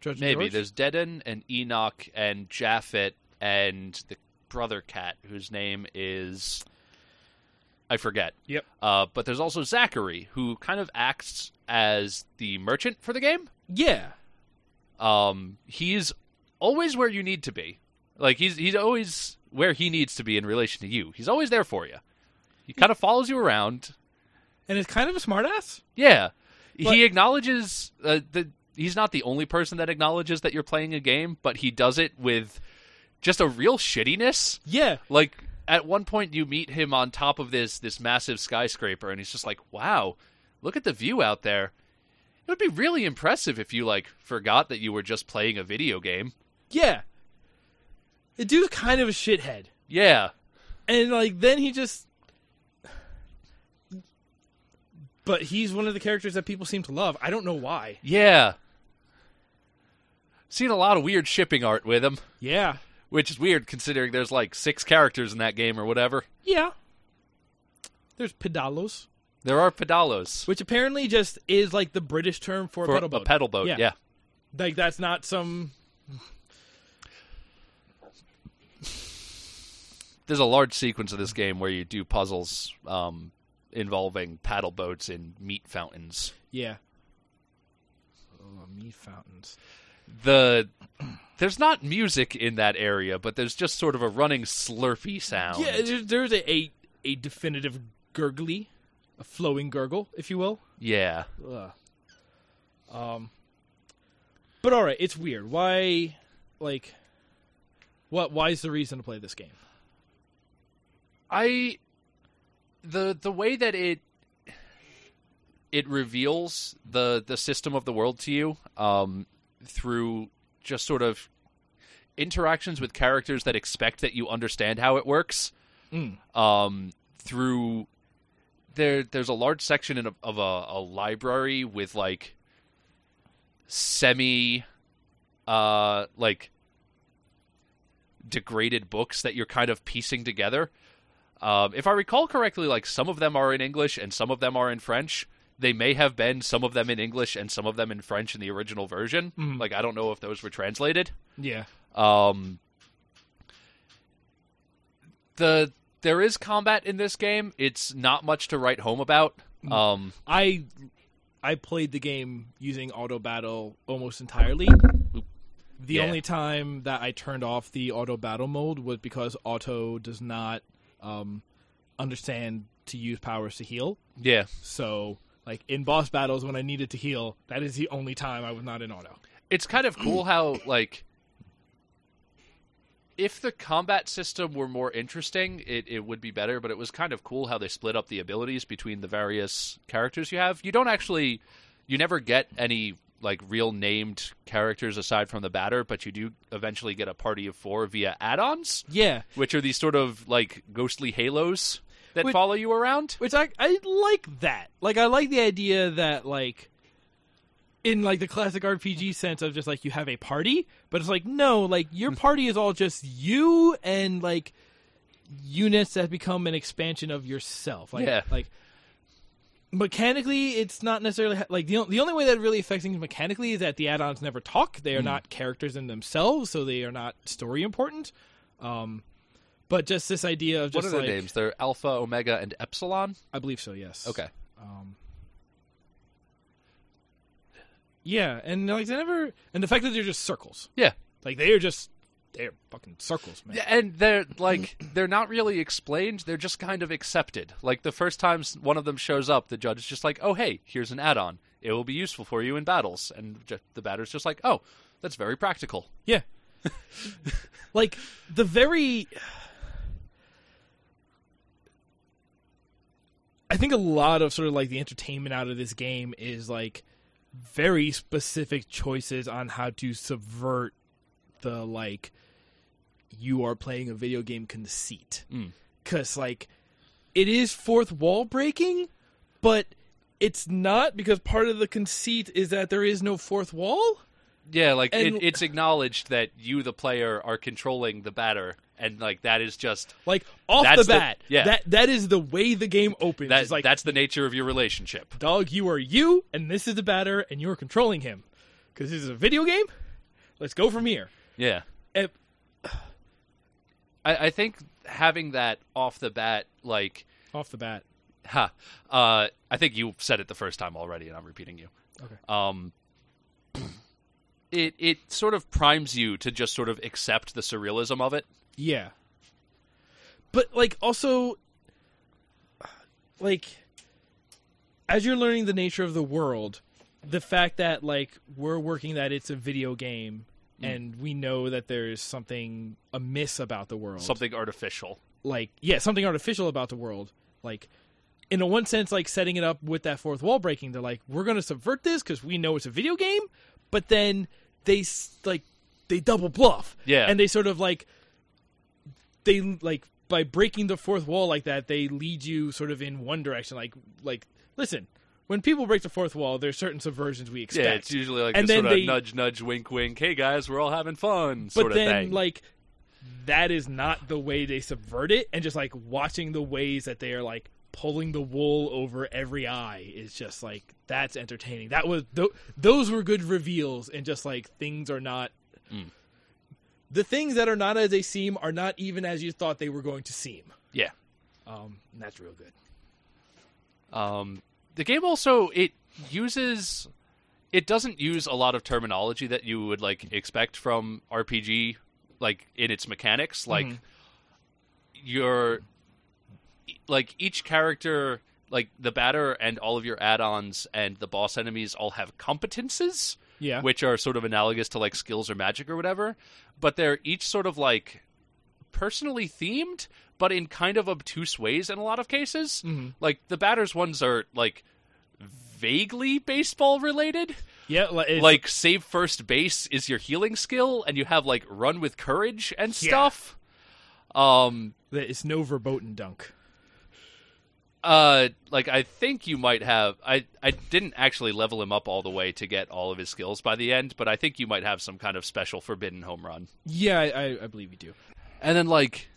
S1: Judge
S2: Maybe
S1: George?
S2: there's Dedan and Enoch and Japhet and the brother cat whose name is I forget.
S1: Yep.
S2: Uh, but there's also Zachary who kind of acts as the merchant for the game.
S1: yeah
S2: Um, he's always where you need to be. Like he's he's always where he needs to be in relation to you. He's always there for you. He kind of follows you around.
S1: and it's kind of a smartass
S2: Yeah.
S1: But-
S2: he acknowledges uh, that he's not the only person that acknowledges that you're playing a game, but he does it with just a real shittiness.
S1: Yeah,
S2: Like at one point, you meet him on top of this this massive skyscraper, and he's just like, "Wow, look at the view out there." It would be really impressive if you like forgot that you were just playing a video game.
S1: yeah. The dude's kind of a shithead,
S2: Yeah,
S1: and like then he just. But he's one of the characters that people seem to love. I don't know why.
S2: yeah. Seen a lot of weird shipping art with him,
S1: Yeah,
S2: which is weird considering there's like six characters in that game or whatever.
S1: yeah. There's pedalos,
S2: There are pedalos.
S1: which apparently just is like the British term for,
S2: for
S1: a pedal boat.
S2: a pedal boat.
S1: Yeah.
S2: Yeah.
S1: like that's not some.
S2: there's a large sequence of this game where you do puzzles um, involving paddle boats and meat fountains.
S1: Yeah. Oh, meat fountains.
S2: The there's not music in that area, but there's just sort of a running slurpy sound.
S1: Yeah, there's, there's a, a a definitive gurgly, a flowing gurgle, if you will.
S2: yeah.
S1: Ugh. Um, but all right, it's weird. Why, like, what? Why is the reason to play this game?
S2: I the the way that it it reveals the the system of the world to you um, through just sort of interactions with characters that expect that you understand how it works
S1: Mm.
S2: um, through there there's a large section in a, of a, a library with like semi uh like degraded books that you're kind of piecing together um, if i recall correctly like some of them are in english and some of them are in french they may have been some of them in english and some of them in french in the original version
S1: Mhm.
S2: like i don't know if those were translated
S1: Yeah,
S2: um, the there is combat in this game. It's not much to write home about. Um,
S1: I I played the game using auto battle almost entirely. The
S2: Yeah.
S1: only time that I turned off the auto battle mode was because auto does not um, understand to use powers to heal.
S2: yeah,
S1: So, like in boss battles when I needed to heal, that is the only time I was not in auto.
S2: it's kind of cool how like if the combat system were more interesting, it, it would be better. But it was kind of cool how they split up the abilities between the various characters you have. You don't actually, you never get any like real named characters aside from the batter, but you do eventually get a party of four via add-ons.
S1: Yeah,
S2: which are these sort of like ghostly halos that
S1: Which-
S2: follow you around.
S1: which I I like that. Like I like the idea that like in like the classic RPG sense of just like you have a party, but it's like no, like
S2: Hmm.
S1: your party is all just you and like units that become an expansion of yourself. Like
S2: Yeah.
S1: like mechanically it's not necessarily like the, o- the only way that it really affects things mechanically is that the add-ons never talk
S2: Hmm.
S1: they are not characters in themselves so they are not story important um but just this idea of
S2: What
S1: just
S2: are their
S1: like
S2: names? They're Alpha, Omega, and Epsilon.
S1: i believe so yes
S2: Okay.
S1: um, yeah, and like they never, and the fact that they're just circles,
S2: Yeah.
S1: like they are just they're fucking circles, man.
S2: Yeah, and they're like they're not really explained. They're just kind of accepted. Like the first time s- one of them shows up, the judge is just like, "Oh, hey, here's an add-on. It will be useful for you in battles." And ju- the batter's just like, "Oh, that's very practical."
S1: Yeah, like the very. I think a lot of sort of like the entertainment out of this game is like very specific choices on how to subvert the like you are playing a video game conceit.
S2: Mm.
S1: because like it is fourth wall breaking, but it's not because part of the conceit is that there is no fourth wall.
S2: Yeah, like
S1: And-
S2: it, it's acknowledged that you, the player, are controlling the batter, and like that is just
S1: Like off
S2: That's
S1: the
S2: the-
S1: bat,
S2: yeah.
S1: that that is the way the game opens.
S2: that,
S1: it's like
S2: that's the nature of your relationship.
S1: dog, you are you, and this is the batter, and you're controlling him because this is a video game. Let's go from here.
S2: Yeah.
S1: And-
S2: I, I think having that off the bat, like,
S1: off the bat,
S2: ha, uh, I think you said it the first time already, and I'm repeating you.
S1: Okay.
S2: Um, it it sort of primes you to just sort of accept the surrealism of it.
S1: yeah. But like also, like as you're learning the nature of the world, the fact that like we're working that it's a video game
S2: Mm.
S1: and we know that there's something amiss about the world.
S2: something artificial.
S1: like yeah, something artificial about the world. Like in a one sense, like setting it up with that fourth wall breaking. They're like, we're gonna subvert this because we know it's a video game, but then they s- like they double bluff.
S2: Yeah.
S1: and they sort of like they like by breaking the fourth wall like that, they lead you sort of in one direction. Like like listen, when people break the fourth wall, there's certain subversions we expect.
S2: Yeah, it's usually like
S1: And
S2: this
S1: then
S2: sort of
S1: they-
S2: nudge, nudge, wink, wink. Hey guys, we're all having fun,
S1: but
S2: sort
S1: then
S2: of thing.
S1: like that is not the way they subvert it and just like watching the ways that they are like pulling the wool over every eye is just like that's entertaining that was th- those were good reveals and just like things are not
S2: Mm.
S1: the things that are not as they seem are not even as you thought they were going to seem
S2: yeah.
S1: um and that's real good
S2: Um, the game also it uses it doesn't use a lot of terminology that you would like expect from RPG, like in its mechanics. Like your e, like each character, like the batter and all of your add-ons and the boss enemies all have competences.
S1: yeah
S2: which are sort of analogous to like skills or magic or whatever, but they're each sort of like personally themed, but in kind of obtuse ways in a lot of cases.
S1: Mhm.
S2: Like the batters ones are like vaguely baseball related.
S1: yeah like, it's-
S2: Like save first base is your healing skill, and you have like run with courage and
S1: Yeah.
S2: stuff. Um,
S1: it's no verboten dunk
S2: uh like i think you might have i i didn't actually level him up all the way to get all of his skills by the end but i think you might have some kind of special forbidden home run
S1: yeah i, I, I believe you do
S2: and then like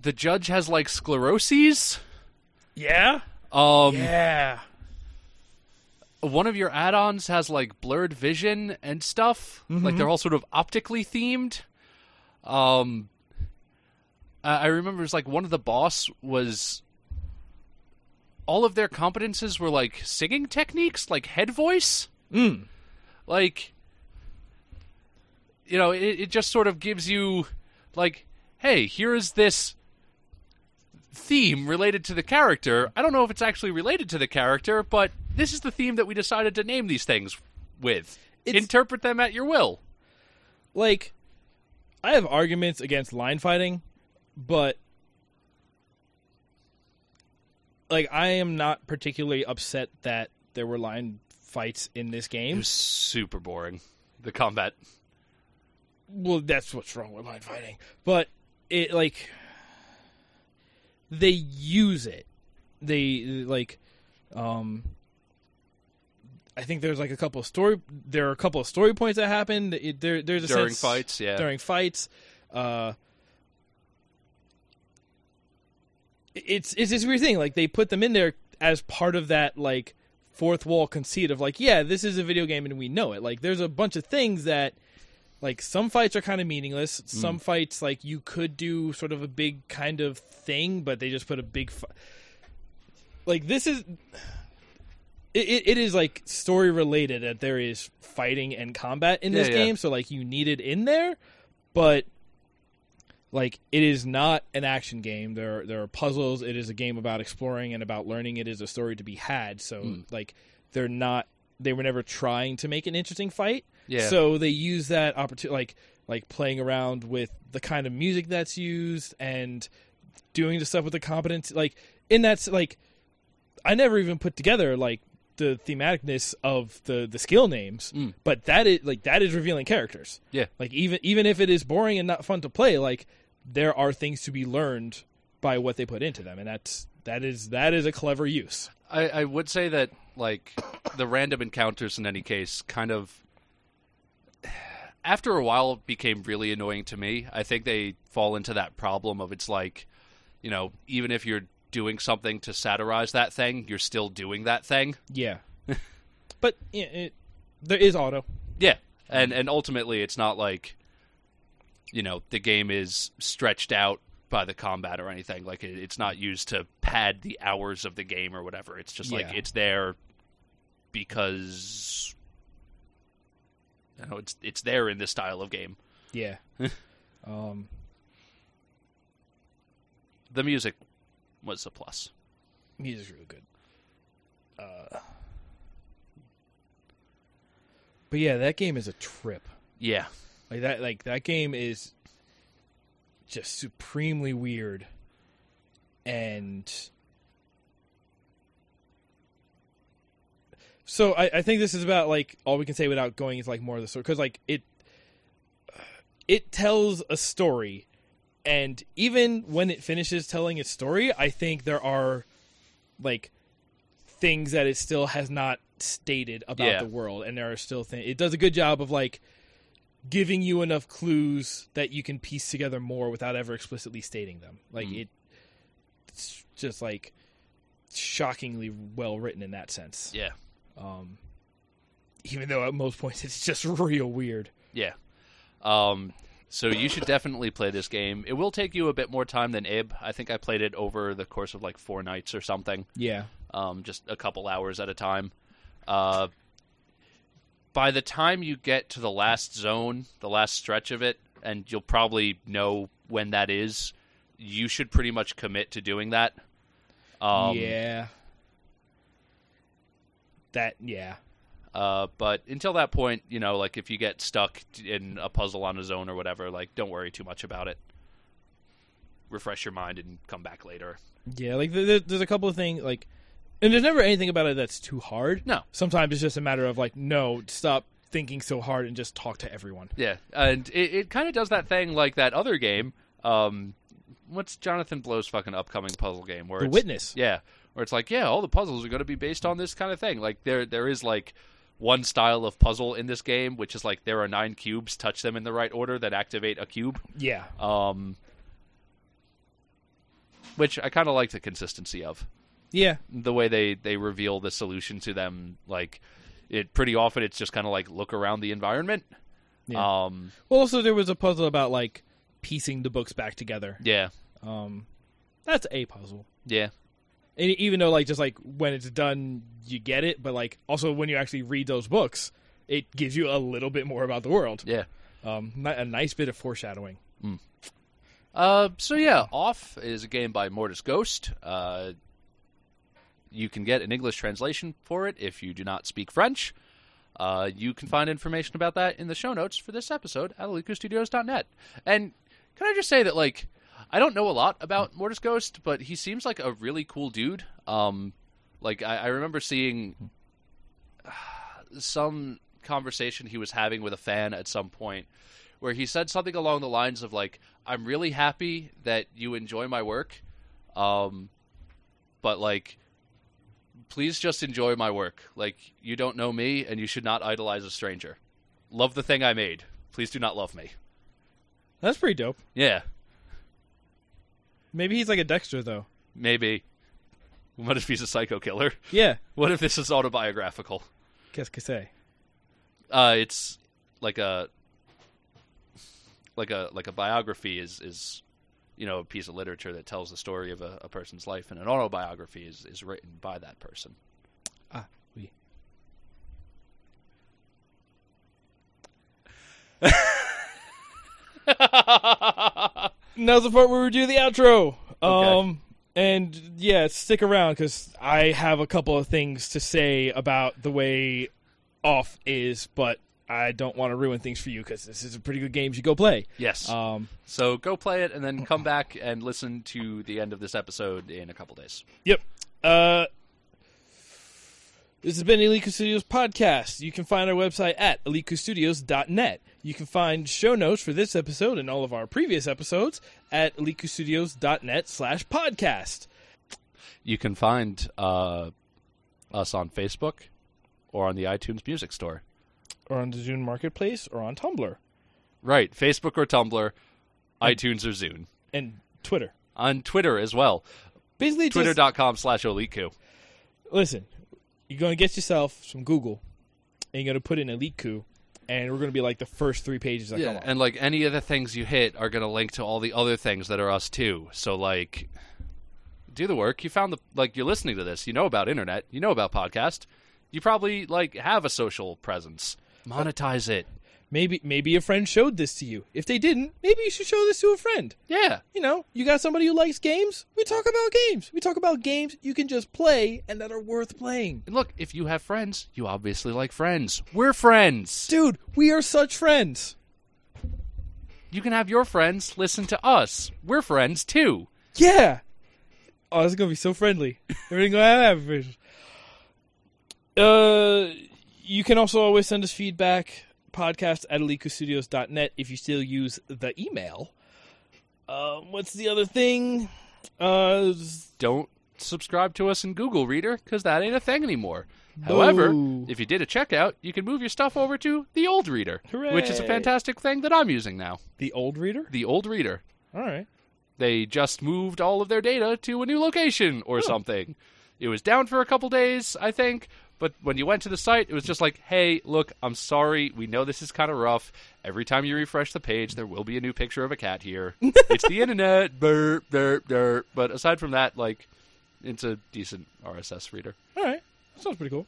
S2: the judge has like scleroses
S1: yeah
S2: um
S1: yeah
S2: one of your add-ons has like blurred vision and stuff like they're all sort of optically themed um i I remember it's like one of the boss was all of their competences were like singing techniques like head voice
S1: Mm.
S2: like you know it, it just sort of gives you like hey here is this theme related to the character i don't know if it's actually related to the character but this is the theme that we decided to name these things with
S1: It's-
S2: interpret them at your will
S1: like I have arguments against line fighting, but like I am not particularly upset that there were line fights in this
S2: it
S1: game.
S2: was super boring the combat
S1: Well, that's what's wrong with line fighting. But it like they use it. They like um I think there's like a couple of story there are a couple of story points that happened. It, there there's a
S2: during
S1: sense,
S2: fights yeah
S1: during fights. Uh, it's it's this weird thing. Like they put them in there as part of that like fourth wall conceit of like, yeah, this is a video game and we know it. Like there's a bunch of things that like some fights are kind of meaningless.
S2: Mm.
S1: Some fights like you could do sort of a big kind of thing, but they just put a big fi- like this is it, it, it is like story related that there is fighting and combat in
S2: Yeah,
S1: this
S2: yeah.
S1: game so like you need it in there but like it is not an action game there are, there are puzzles it is a game about exploring and about learning it is a story to be had so like they're not they were never trying to make an interesting fight
S2: yeah
S1: so they use that opportunity, like like playing around with the kind of music that's used and doing the stuff with the competence. Like in that's like, I never even put together like the thematicness of the the skill names,
S2: Mm.
S1: but that is like that is revealing characters.
S2: Yeah.
S1: like even even if it is boring and not fun to play, like there are things to be learned by what they put into them, and that's that is that is a clever use.
S2: I, I would say that like the random encounters in any case kind of after a while became really annoying to me. I think they fall into that problem of it's like, you know, even if you're doing something to satirize that thing, you're still doing that thing.
S1: Yeah, but yeah, it, there is auto.
S2: Yeah. And and ultimately it's not like you know, the game is stretched out by the combat or anything. Like it, it's not used to pad the hours of the game or whatever. It's just like
S1: Yeah.
S2: it's there because you know, it's it's there in this style of game.
S1: Yeah. um,
S2: The music was a plus.
S1: music's really good. Uh, But yeah, that game is a trip.
S2: Yeah.
S1: Like that like that game is just supremely weird and so I, I think this is about like all we can say without going into like more of the story because like it it tells a story and even when it finishes telling its story i think there are like things that it still has not stated about
S2: Yeah.
S1: the world and there are still things it does a good job of like giving you enough clues that you can piece together more without ever explicitly stating them. Like
S2: Mm.
S1: it, it's just like shockingly well written in that sense.
S2: Yeah.
S1: Um, even though at most points it's just real weird.
S2: Yeah. Um, so you should definitely play this game. It will take you a bit more time than Ib. I think I played it over the course of like four nights or something,
S1: Yeah,
S2: um, just a couple hours at a time. Uh, by the time you get to the last zone, the last stretch of it, and you'll probably know when that is, you should pretty much commit to doing that. Um,
S1: yeah. That yeah,
S2: Uh, but until that point, you know, like if you get stuck in a puzzle on a zone or whatever, like don't worry too much about it. Refresh your mind and come back later.
S1: yeah. Like there- there- there's a couple of things like, and there's never anything about it that's too hard.
S2: No.
S1: Sometimes it's just a matter of like, no, stop thinking so hard and just talk to everyone.
S2: Yeah, and it, it kind of does that thing like that other game. Um, what's Jonathan Blow's fucking upcoming puzzle game? Where
S1: The
S2: it's-
S1: witness.
S2: Yeah, where it's like, yeah, all the puzzles are going to be based on this kind of thing. Like there, there is like one style of puzzle in this game, which is like there are nine cubes, touch them in the right order that activate a cube.
S1: Yeah.
S2: um, which I kind of like the consistency of
S1: Yeah.
S2: the way they they reveal the solution to them. Like it pretty often, it's just kind of like look around the environment.
S1: Yeah.
S2: Um,
S1: Well, also there was a puzzle about like piecing the books back together.
S2: yeah,
S1: Um, that's a puzzle.
S2: yeah,
S1: And even though like just like when it's done, you get it, but like also when you actually read those books, it gives you a little bit more about the world.
S2: yeah.
S1: Um, ni- a nice bit of foreshadowing.
S2: Uh, so yeah, Off is a game by Mortis Ghost. Uh, you can get an English translation for it if you do not speak French. Uh, you can find information about that in the show notes for this episode at alikustudios.net. And can I just say that, like, I don't know a lot about Mortis Ghost, but he seems like a really cool dude. Um, like, I, I remember seeing uh, some conversation he was having with a fan at some point where he said something along the lines of like i'm really happy that you enjoy my work um but like please just enjoy my work like you don't know me and you should not idolize a stranger love the thing i made please do not love me
S1: That's pretty dope.
S2: yeah
S1: Maybe he's like a Dexter though.
S2: maybe what if he's a psycho killer
S1: Yeah.
S2: what if this is autobiographical
S1: Qu'est-ce que c'est?
S2: Uh, it's like a like a like a biography is is you know a piece of literature that tells the story of a, a person's life, and an autobiography is is written by that person.
S1: Ah, oui. Now's the part where we do the outro.
S2: Okay.
S1: Um, and yeah, stick around because I have a couple of things to say about the way off is, but I don't want to ruin things for you because this is a pretty good game. You go play.
S2: Yes.
S1: Um,
S2: Uh, so go play it, and then come back and listen to the end of this episode in a couple days.
S1: Yep. Uh, this has been Elite Studios podcast. You can find our website at elitestudios.net. You can find show notes for this episode and all of our previous episodes at elitestudios.net slash podcast.
S2: You can find uh, us on Facebook or on the iTunes Music Store.
S1: Or on the Zune Marketplace or on Tumblr
S2: Right, Facebook or Tumblr, iTunes or Zune.
S1: and Twitter.
S2: On Twitter as well.
S1: Basically, just,
S2: Twitter.com slash Oliku.
S1: listen, you're going to get yourself some Google and you're going to put in Elite Coup, and we're going to be like the first three pages that come
S2: Yeah,
S1: up.
S2: and like any of the things you hit are going to link to all the other things that are us too. So like, do the work. You found the like you're listening to this. You know about internet. You know about podcast. You probably like have a social presence. Monetize it.
S1: Maybe maybe a friend showed this to you. If they didn't, maybe you should show this to a friend.
S2: Yeah.
S1: You know, you got somebody who likes games. We talk about games. We talk about games you can just play and that are worth playing.
S2: And look, if you have friends, you obviously like friends. We're friends.
S1: Dude, we are such friends.
S2: You can have your friends listen to us. We're friends too.
S1: Yeah. Oh, this is gonna be so friendly. Everything gonna have Uh, you can also always send us feedback podcast at alikustudios.net if you still use the email. Um, what's the other thing? Uh,
S2: Don't subscribe to us in Google Reader because that ain't a thing anymore. However,
S1: Boo.
S2: if you did a checkout, you can move your stuff over to the old reader, which is a
S1: Hooray.
S2: fantastic thing that I'm using now.
S1: the old reader?
S2: The old reader.
S1: All right.
S2: They just moved all of their data to a new location or something. It was down for a couple days, I think, but when you went to the site, it was just like, hey, look, I'm sorry. We know this is kind of rough. Every time you refresh the page, there will be a new picture of a cat here. it's the internet. Burp, burp, burp. But aside from that, like, it's a decent RSS reader.
S1: All right. Sounds pretty cool.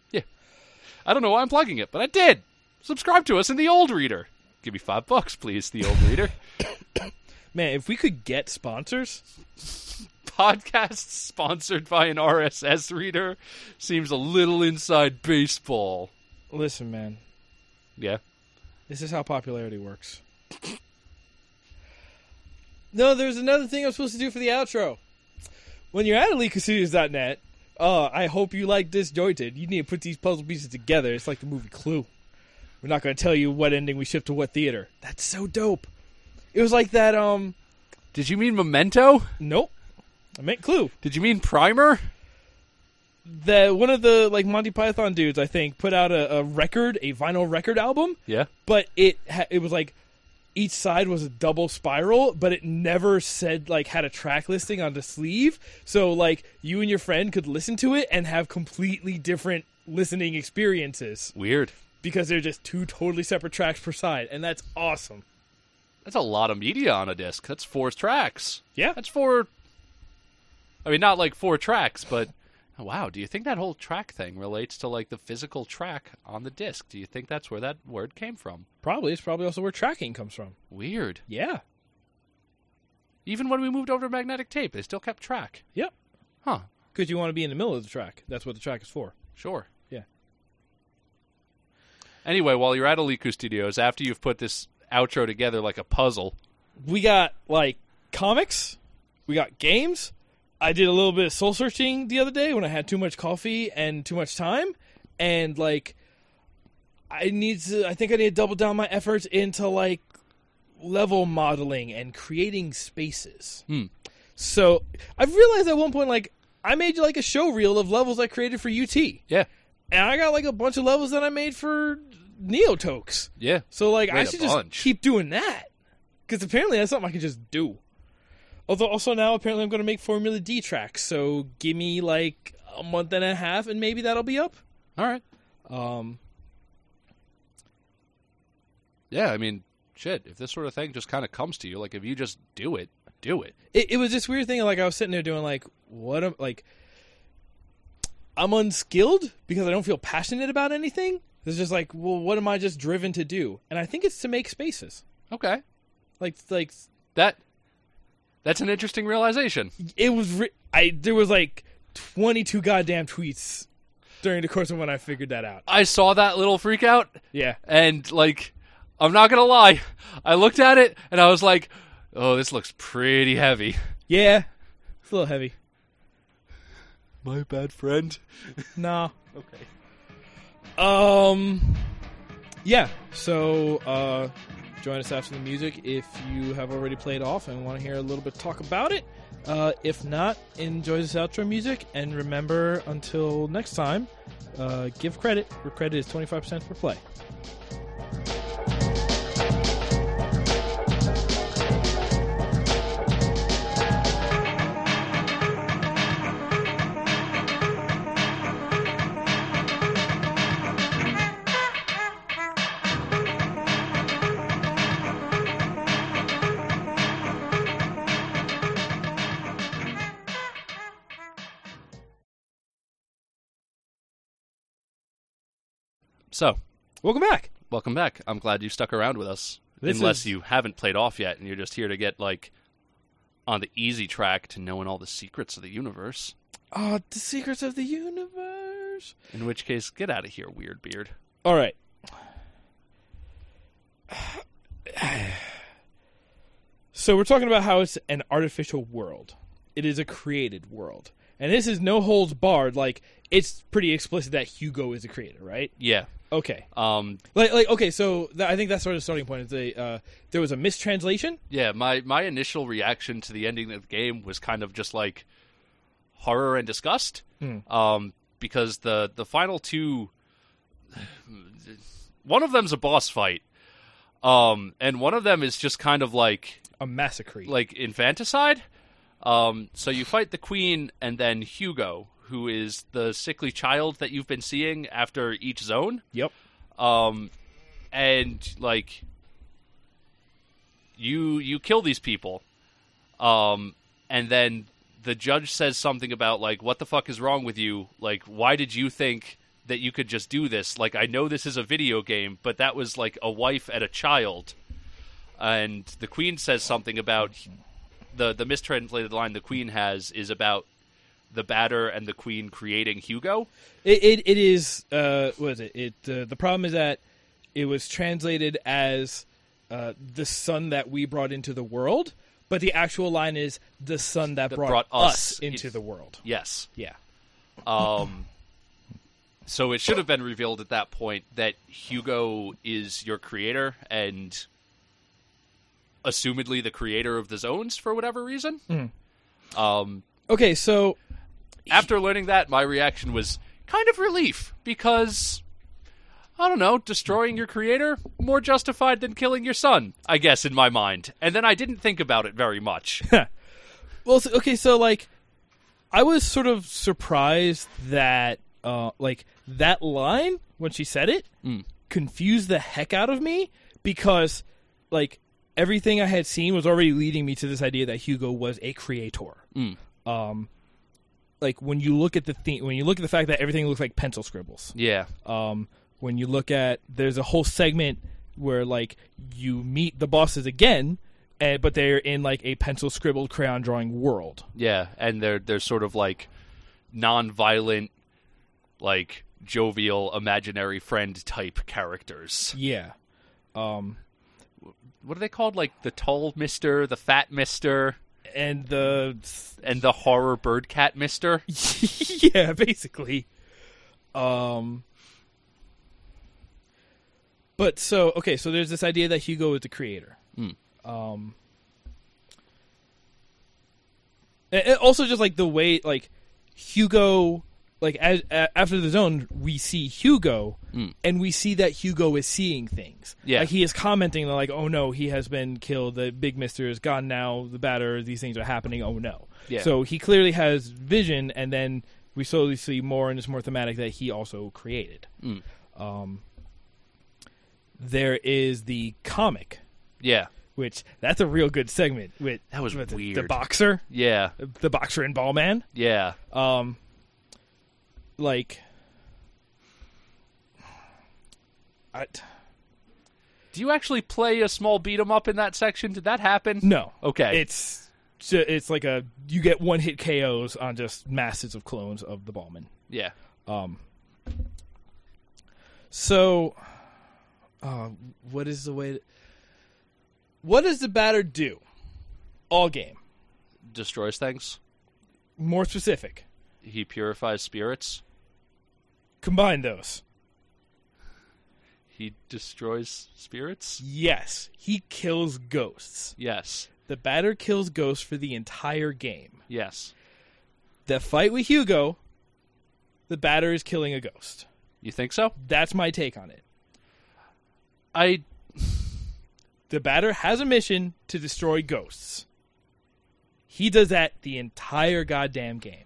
S2: I don't know why I'm plugging it, but I did. Subscribe to us in the old reader. Give me five bucks, please, the old reader.
S1: Man, if we could get sponsors,
S2: Podcast sponsored by an RSS reader seems a little inside baseball.
S1: listen, man,
S2: Yeah.
S1: this is how popularity works. no, there's another thing I'm supposed to do for the outro. When you're at elitestudios.net, uh, I hope you like disjointed. You need to put these puzzle pieces together. It's like the movie Clue. We're not going to tell you what ending we shift to what theater. That's so dope. It was like that. Um,
S2: Did you mean Memento?
S1: nope. I meant Clue.
S2: Did you mean Primer?
S1: That one of the like Monty Python dudes, I think, put out a, a record, a vinyl record album,
S2: Yeah.
S1: but it ha- it was like each side was a double spiral, but it never said like had a track listing on the sleeve. So like you and your friend could listen to it and have completely different listening experiences
S2: Weird.
S1: because they're just two totally separate tracks per side, and that's awesome.
S2: That's a lot of media on a disc. That's four tracks.
S1: Yeah.
S2: That's four. I mean, not like four tracks, but wow. Do you think that whole track thing relates to like the physical track on the disc? Do you think that's where that word came from?
S1: Probably it's probably also where tracking comes from.
S2: Weird.
S1: Yeah.
S2: Even when we moved over to magnetic tape, they still kept track.
S1: Yep.
S2: Huh.
S1: Because you want to be in the middle of the track. That's what the track is for.
S2: Sure.
S1: Yeah.
S2: Anyway, while you're at Aliku Studios, after you've put this outro together like a puzzle,
S1: we got like comics, we got games. I did a little bit of soul searching the other day when I had too much coffee and too much time, and like I need to. I think I need to double down my efforts into like level modeling and creating spaces.
S2: Hmm.
S1: So I realized at one point, like I made like a show reel of levels I created for UT,
S2: yeah,
S1: and I got like a bunch of levels that I made for Neotokes.
S2: yeah,
S1: So like I
S2: Wait, a
S1: should just
S2: bunch.
S1: keep doing that because apparently that's something I can just do. Although also now apparently I'm going to make Formula D tracks, so give me like a month and a half and maybe that'll be up.
S2: all right,
S1: Um,
S2: yeah. I mean, shit. If this sort of thing just kind of comes to you, like if you just do it, do it.
S1: it, it was this weird thing like I was sitting there doing like what am like I'm unskilled because I don't feel passionate about anything. It's just like well, what am I just driven to do? And I think it's to make spaces.
S2: Okay,
S1: Like like
S2: that that's an interesting realization.
S1: it was re- I there was like 22 goddamn tweets during the course of when I figured that out.
S2: I saw that little freak out,
S1: Yeah.
S2: and like, I'm not gonna lie, I looked at it and I was like, oh, this looks pretty heavy.
S1: Yeah. It's a little heavy.
S2: My bad friend.
S1: Nah.
S2: Okay.
S1: Um Yeah. So uh join us after the music if you have already played off and want to hear a little bit talk about it. Uh if not, enjoy this outro music and remember until next time, uh give credit where credit is 25% per play.
S2: So,
S1: Welcome back.
S2: welcome back. I'm glad you stuck around with us.
S1: This
S2: Unless
S1: is-
S2: you haven't played off yet and you're just here to get like on the easy track to knowing all the secrets of the universe.
S1: Oh, the secrets of the universe.
S2: In which case, get out of here, weird beard.
S1: All right. So we're talking about how it's an artificial world. It is a created world. And this is no holds barred. Like it's pretty explicit that Hugo is a creator, right?
S2: Yeah.
S1: Okay.
S2: Um
S1: Like like okay, so th- I think that's sort of the starting point. Is they, uh, there was a mistranslation.
S2: yeah, my my initial reaction to the ending of the game was kind of just like horror and disgust. Um because the the final two one of them's a boss fight. Um and one of them is just kind of like
S1: A massacre.
S2: like infanticide. Um, so you fight the queen and then Hugo, who is the sickly child that you've been seeing after each zone.
S1: yep.
S2: Um, and like you you kill these people. Um, and then the judge says something about like what the fuck is wrong with you? Like why did you think that you could just do this? Like I know this is a video game, but that was like a wife and a child. And the queen says something about the the mistranslated line the queen has is about the batter and the queen creating Hugo.
S1: It it, it is uh, what is it? It uh, the problem is that it was translated as uh, the son that we brought into the world, but the actual line is the son that, brought,
S2: brought
S1: us,
S2: us
S1: into
S2: in-
S1: the world.
S2: Yes.
S1: Yeah.
S2: Um, so it should have been revealed at that point that Hugo is your creator and assumedly the creator of the zones for whatever reason. Um,
S1: Okay, so
S2: after learning that, my reaction was kind of relief because. I don't know, destroying your creator more justified than killing your son, I guess in my mind. And then I didn't think about it very much.
S1: well, so, okay, so like I was sort of surprised that uh, like that line when she said it confused the heck out of me because like everything I had seen was already leading me to this idea that Hugo was a creator. Um, like when you look at the theme, when you look at the fact that everything looks like pencil scribbles,
S2: yeah.
S1: um, when you look at there's a whole segment where like you meet the bosses again and, but they're in like a pencil scribbled crayon drawing world
S2: Yeah, and they're they're sort of like non-violent, like jovial, imaginary friend type characters.
S1: yeah um
S2: What are they called? Like the tall Mister, the fat Mister,
S1: and the
S2: and the horror bird cat Mister.
S1: yeah basically um but so okay so there's this idea that hugo is the creator
S2: Hmm.
S1: um and- and also just like the way like hugo like as, a, after the zone we see hugo
S2: Hmm.
S1: and we see that hugo is seeing things
S2: Yeah.
S1: like he is commenting like oh no he has been killed the big mister is gone now the batter these things are happening oh no
S2: Yeah.
S1: so he clearly has vision and then we slowly see more and it's more thematic that he also created
S2: Mm.
S1: um, there is the comic
S2: Yeah,
S1: which that's a real good segment with
S2: That was
S1: with the- The,
S2: weird.
S1: boxer,
S2: yeah,
S1: the boxer and ball man.
S2: yeah. Uh,
S1: Um, like, I,
S2: Do you actually play a small beat 'em up in that section? Did that happen?
S1: no,
S2: Okay.
S1: it's it's like a you get one hit KOs on just masses of clones of the ballman.
S2: yeah.
S1: Um, so, uh, what is the way? To, what does the batter do? All game.
S2: Destroys things.
S1: More specific.
S2: He purifies spirits.
S1: Combine those.
S2: He destroys spirits.
S1: Yes, he kills ghosts.
S2: Yes.
S1: The batter kills ghosts for the entire game.
S2: Yes.
S1: The fight with Hugo, the batter is killing a ghost.
S2: You think so?
S1: That's my take on it.
S2: I
S1: The batter has a mission to destroy ghosts. He does that the entire goddamn game.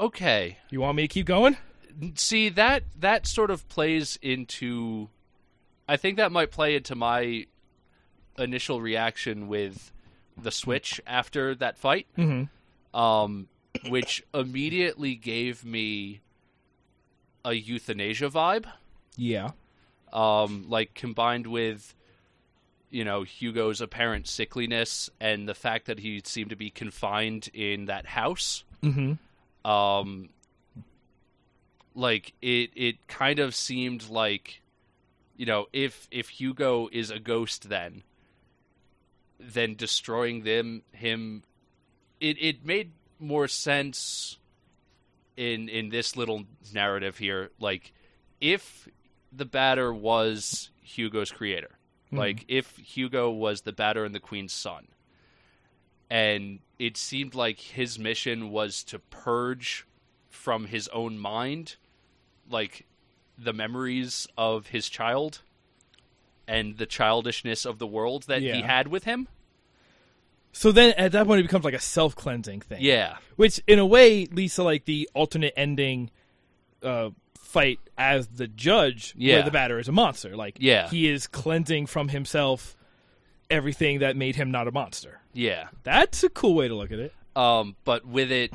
S2: okay.
S1: You want me to keep going?
S2: see that that sort of plays into i think that might play into my initial reaction with the switch after that fight
S1: Mhm.
S2: um which immediately gave me a euthanasia vibe
S1: Yeah.
S2: um, like combined with you know Hugo's apparent sickliness and the fact that he seemed to be confined in that house.
S1: Mhm.
S2: Mm-hmm. Um, like it, it kind of seemed like, you know, if if Hugo is a ghost, then then destroying them him, it it made more sense in in this little narrative here. Like if the batter was Hugo's creator, like if Hugo was the batter and the queen's son, and it seemed like his mission was to purge from his own mind, like the memories of his child and the childishness of the world that he
S1: Yeah.
S2: had with him.
S1: So then at that point it becomes like a self cleansing thing.
S2: Yeah,
S1: Which in a way leads to like the alternate ending uh fight as the judge
S2: Yeah.
S1: where the batter is a monster. Like
S2: Yeah.
S1: he is cleansing from himself everything that made him not a monster.
S2: yeah.
S1: That's a cool way to look at it.
S2: um, but with it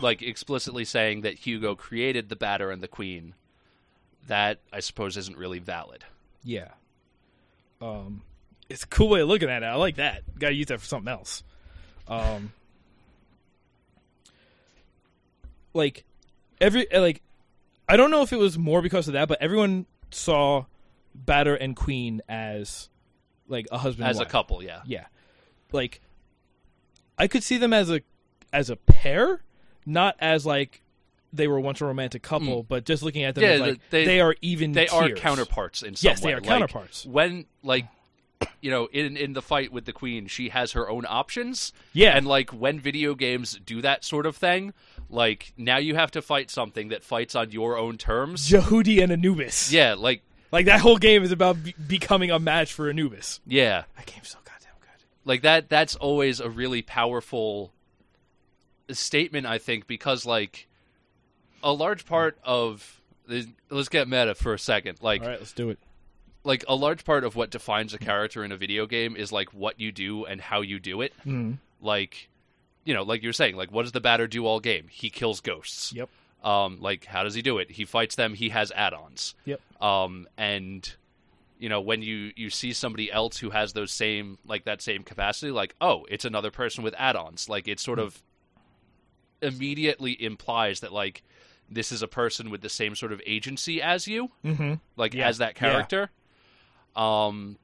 S2: like explicitly saying that Hugo created the batter and the queen, that I suppose isn't really valid.
S1: Yeah. Um, it's a cool way of looking at it. I like that. Got to use that for something else. Um, like every like, I don't know if it was more because of that, but everyone saw Batter and Queen as like a husband and
S2: As a
S1: wife.
S2: couple, yeah,
S1: Yeah, like I could see them as a as a pair, not as like they were once a romantic couple, but just looking at them,
S2: Mm. Yeah,
S1: as, like
S2: they-
S1: they, are even.
S2: they are
S1: tiers.
S2: counterparts in some
S1: Yes, they
S2: way.
S1: are
S2: Like,
S1: counterparts.
S2: When like you know in in the fight with the queen, she has her own options.
S1: Yeah.
S2: and like when video games do that sort of thing, like now you have to fight something that fights on your own terms.
S1: Jehudi and Anubis.
S2: yeah, like
S1: Like that whole game is about be- becoming a match for Anubis.
S2: yeah.
S1: That game's so goddamn good.
S2: like that that's always a really powerful statement i think because like a large part of let's get meta for a second like
S1: All right, let's do it.
S2: like a large part of what defines a character in a video game is like what you do and how you do it
S1: Mm-hmm.
S2: like you know like you're saying like what does the batter do all game he kills ghosts
S1: Yep.
S2: um like how does he do it he fights them he has add-ons
S1: Yep.
S2: um, and you know when you you see somebody else who has those same like that same capacity like oh it's another person with add-ons like it sort of immediately implies that like this is a person with the same sort of agency as you
S1: Mm-hmm.
S2: like
S1: Yeah.
S2: as that
S1: Yeah.
S2: character um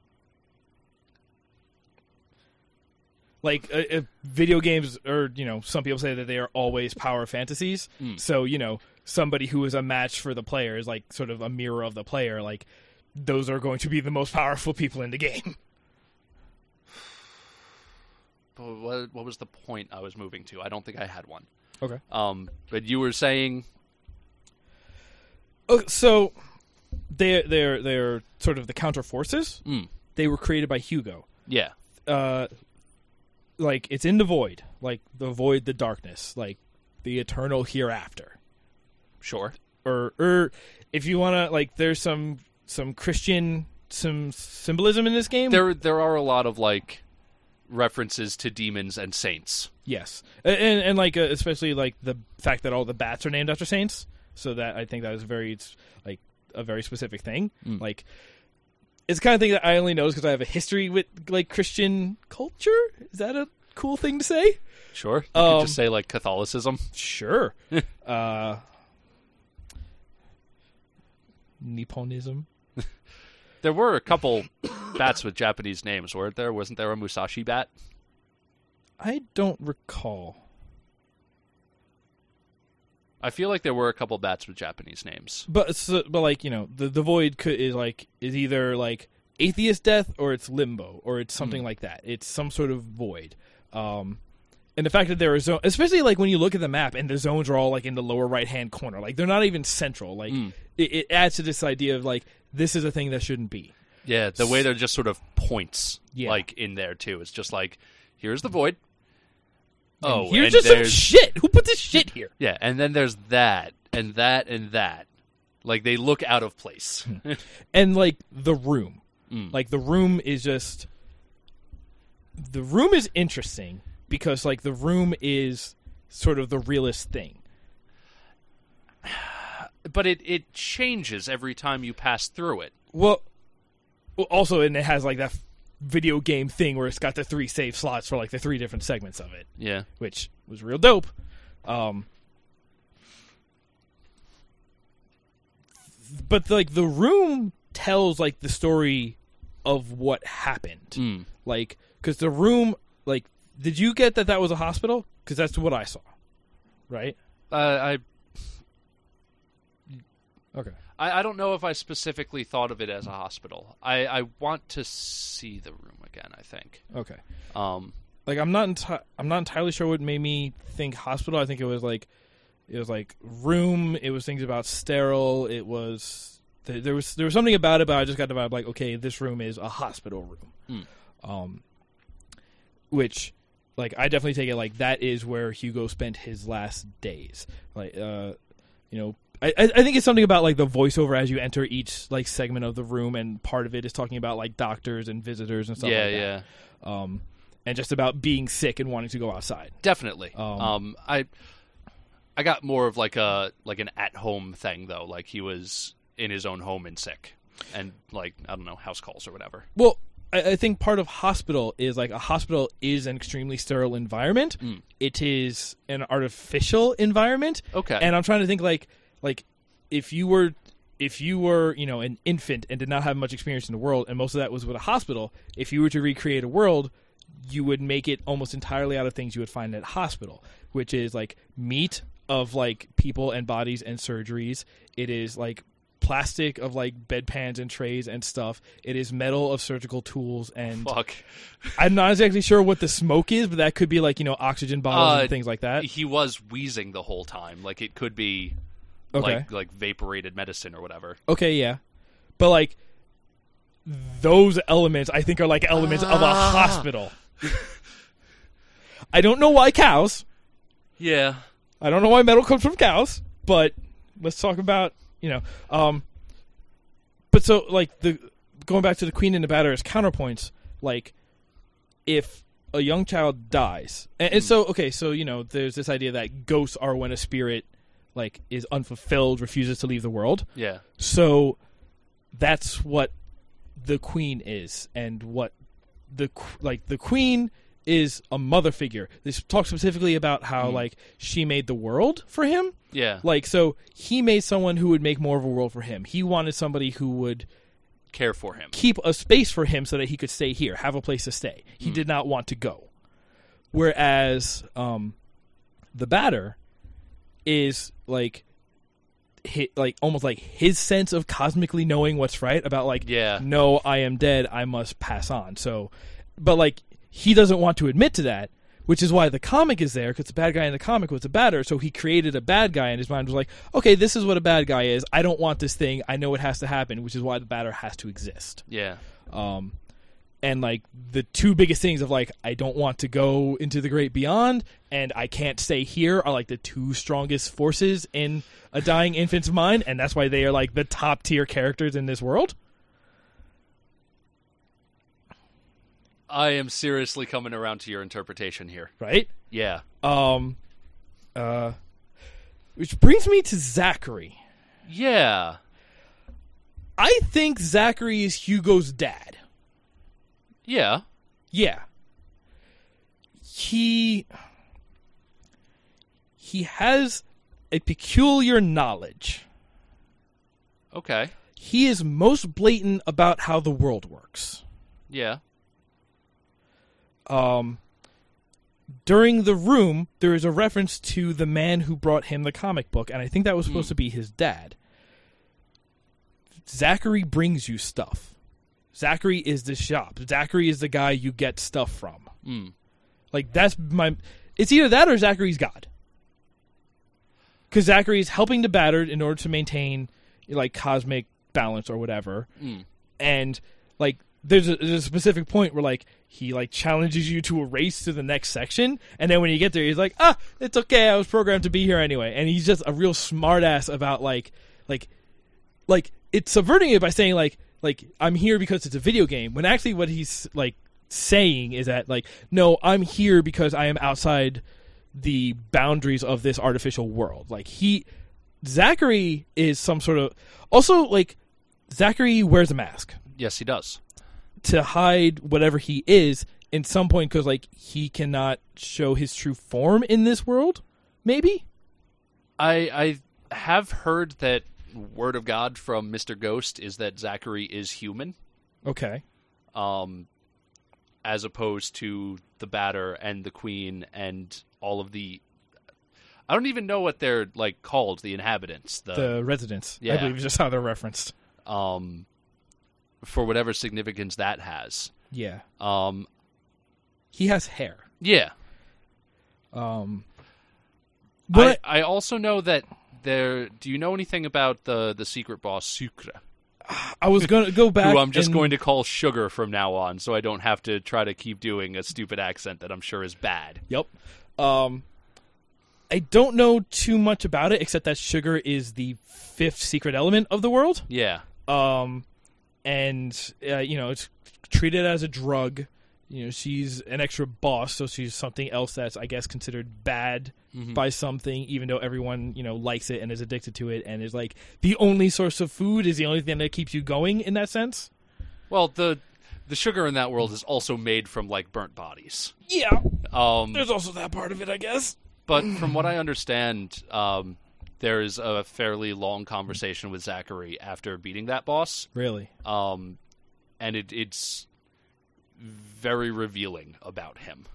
S1: Like uh, uh, video games, or you know, some people say that they are always power fantasies.
S2: Mm.
S1: So you know, somebody who is a match for the player is like sort of a mirror of the player. Like those are going to be the most powerful people in the game.
S2: but what, what was the point i was moving to i don't think i had one
S1: Okay.
S2: um but you were saying
S1: Okay, Oh, so they they're they're sort of the counter forces.
S2: Mm.
S1: They were created by Hugo.
S2: yeah
S1: uh like it's in the void like the void the darkness like the eternal hereafter
S2: sure
S1: or or if you want to like there's some some christian some symbolism in this game
S2: there there are a lot of like references to demons and saints
S1: yes A- and and like uh, especially like the fact that all the bats are named after saints so that i think that is very it's like a very specific thing like it's the kind of thing that i only know because i have a history with like christian culture is that a cool thing to say
S2: Sure. You could
S1: Um,
S2: just say like Catholicism.
S1: Sure. uh, Nipponism.
S2: There were a couple bats with Japanese names, weren't there? Wasn't there a Musashi bat?
S1: I don't recall.
S2: I feel like there were a couple bats with Japanese names.
S1: But so, but like you know, the the void could, is like is either like atheist death or it's limbo or it's something
S2: Hmm.
S1: like that. It's some sort of void. Um, and the fact that there are zones, especially like when you look at the map and the zones are all like in the lower right hand corner, like they're not even central. Like
S2: Hmm.
S1: it, it adds to this idea of like this is a thing that shouldn't be.
S2: Yeah, the way they're just sort of points
S1: Yeah.
S2: like in there too. It's just like here's the void. Oh,
S1: Here's
S2: and
S1: just some
S2: there's
S1: shit. Who put this shit here?
S2: Yeah, and then there's that and that and that. Like they look out of place.
S1: and like the room like the room is just the room is interesting because like the room is sort of the realest thing
S2: but it it changes every time you pass through it.
S1: well also, and it has like that video game thing where it's got the three save slots for like the three different segments of it,
S2: Yeah.
S1: which was real dope. Um, but like the room tells like the story of what happened,
S2: Mm.
S1: like because the room like did you get that that was a hospital? Because that's what I saw, right?
S2: Uh, I
S1: Okay.
S2: I, I don't know if I specifically thought of it as a hospital. I, I want to see the room again. I think.
S1: Okay.
S2: Um,
S1: like I'm not enti- I'm not entirely sure what made me think hospital. I think it was like it was like room. It was things about sterile. It was th- there was there was something about it, but I just got the vibe like okay, this room is a hospital room,
S2: Hmm.
S1: um, which like I definitely take it like that is where Hugo spent his last days. Like uh, you know. I, I I think it's something about like the voiceover as you enter each like segment of the room, and part of it is talking about like doctors and visitors and stuff.
S2: yeah,
S1: like that
S2: yeah,
S1: um, and just about being sick and wanting to go outside.
S2: definitely.
S1: Um,
S2: Um, I I got more of like a like an at home thing though. Like he was in his own home and sick, and like I don't know house calls or whatever.
S1: Well, I, I think part of hospital is like a hospital is an extremely sterile environment.
S2: Mm.
S1: It is an artificial environment,
S2: Okay.
S1: and I'm trying to think like like if you were if you were you know an infant and did not have much experience in the world, and most of that was with a hospital. If you were to recreate a world. You would make it almost entirely out of things you would find at hospital, which is like meat of like people and bodies and surgeries. It is like plastic of like bedpans and trays and stuff. It is metal of surgical tools and
S2: Fuck.
S1: I'm not exactly sure what the smoke is, but that could be like, you know, oxygen bottles
S2: Uh,
S1: and things like that.
S2: He was wheezing the whole time. Like it could be
S1: Okay.
S2: like like vaporated medicine or whatever.
S1: Okay, yeah. But like those elements I think are like elements of a
S2: Ah.
S1: hospital. I don't know why cows.
S2: Yeah.
S1: I don't know why metal comes from cows, but let's talk about you know. Um, but so like the going back to the queen and the batter as counterpoints, like if a young child dies, and, and so okay, so you know, there's this idea that ghosts are when a spirit like is unfulfilled, refuses to leave the world.
S2: Yeah.
S1: So that's what the queen is, and what the qu- like the queen is a mother figure. This talks specifically about how like she made the world for him.
S2: Yeah.
S1: Like so, he made someone who would make more of a world for him. He wanted somebody who would
S2: Care for him.
S1: keep a space for him so that he could stay here, have a place to stay. He did not want to go. Whereas um, the batter is like hi like almost like his sense of cosmically knowing what's right about like
S2: Yeah.
S1: no I am dead I must pass on. So but like he doesn't want to admit to that, which is why the comic is there cuz the bad guy in the comic was a batter, so he created a bad guy and his mind was like, okay, this is what a bad guy is. I don't want this thing. I know it has to happen, which is why the batter has to exist
S2: Yeah.
S1: um, and like the two biggest things of like I don't want to go into the great beyond and I can't stay here are like the two strongest forces in a dying infant's mind, and that's why they are like the top tier characters in this world.
S2: I am seriously coming around to your interpretation here.
S1: Right?
S2: Yeah.
S1: Um, uh, which brings me to Zachary.
S2: Yeah.
S1: I think Zachary is Hugo's dad.
S2: Yeah.
S1: Yeah. He he has a peculiar knowledge.
S2: Okay.
S1: He is most blatant about how the world works.
S2: Yeah.
S1: Um during the room there is a reference to the man who brought him the comic book and I think that was supposed to be his dad. Zachary brings you stuff. Zachary is the shop. Zachary is the guy you get stuff from.
S2: Mm.
S1: Like that's my. It's either that or Zachary's God. Because Zachary is helping the battered in order to maintain like cosmic balance or whatever,
S2: Mm.
S1: and like there's a, there's a specific point where like he like challenges you to a race to the next section, and then when you get there, he's like, ah, it's okay, I was programmed to be here anyway, and he's just a real smartass about like like like it's subverting it by saying like like I'm here because it's a video game when actually what he's like saying is that like no I'm here because I am outside the boundaries of this artificial world like he Zachary is some sort of also like Zachary wears a mask
S2: Yes, he does.
S1: to hide whatever he is in some point because like he cannot show his true form in this world maybe
S2: I I have heard that word of God from Mister Ghost is that Zachary is human,
S1: okay
S2: um, as opposed to the batter and the queen and all of the. I don't even know what they're like called. The inhabitants, the,
S1: the residents i
S2: Uh, yeah.
S1: believe is just how they're referenced
S2: um, for whatever significance that has.
S1: yeah
S2: Um,
S1: he has hair
S2: yeah,
S1: um
S2: I,
S1: but
S2: I also know that there. Do you know anything about the the secret boss Sucre?
S1: i, was gonna go back
S2: who I'm just
S1: and-
S2: going to call Sugar from now on, so I don't have to try to keep doing a stupid accent that I'm sure is bad.
S1: Yep. Um, I don't know too much about it except that sugar is the fifth secret element of the world.
S2: Yeah,
S1: Um, and uh, you know it's treated as a drug. You know she's an extra boss, so she's something else that's I guess considered bad
S2: Mm-hmm.
S1: by something, even though everyone you know likes it and is addicted to it, and is like the only source of food is the only thing that keeps you going in that sense.
S2: Well, the the sugar in that world is also made from like burnt bodies.
S1: Yeah,
S2: Um,
S1: there's also that part of it, I guess.
S2: but from what I understand, um, there is a fairly long conversation with Zachary after beating that boss,
S1: Really?
S2: um, and it, it's very revealing about him.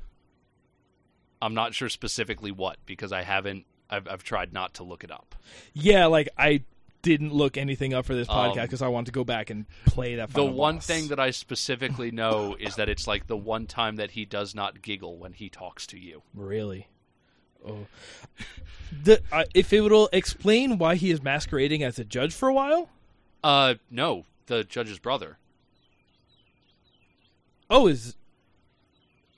S2: I'm not sure specifically what because I haven't. I've, I've tried not to look it up.
S1: Yeah, like I didn't look anything up for this
S2: Um,
S1: podcast because I wanted to go back and play that.
S2: The
S1: Final
S2: one
S1: boss.
S2: thing that I specifically know is that it's like the one time that he does not giggle when he talks to you.
S1: really, oh, the, uh, if it will explain why he is masquerading as a judge for a while.
S2: Uh, no, the judge's brother.
S1: Oh, is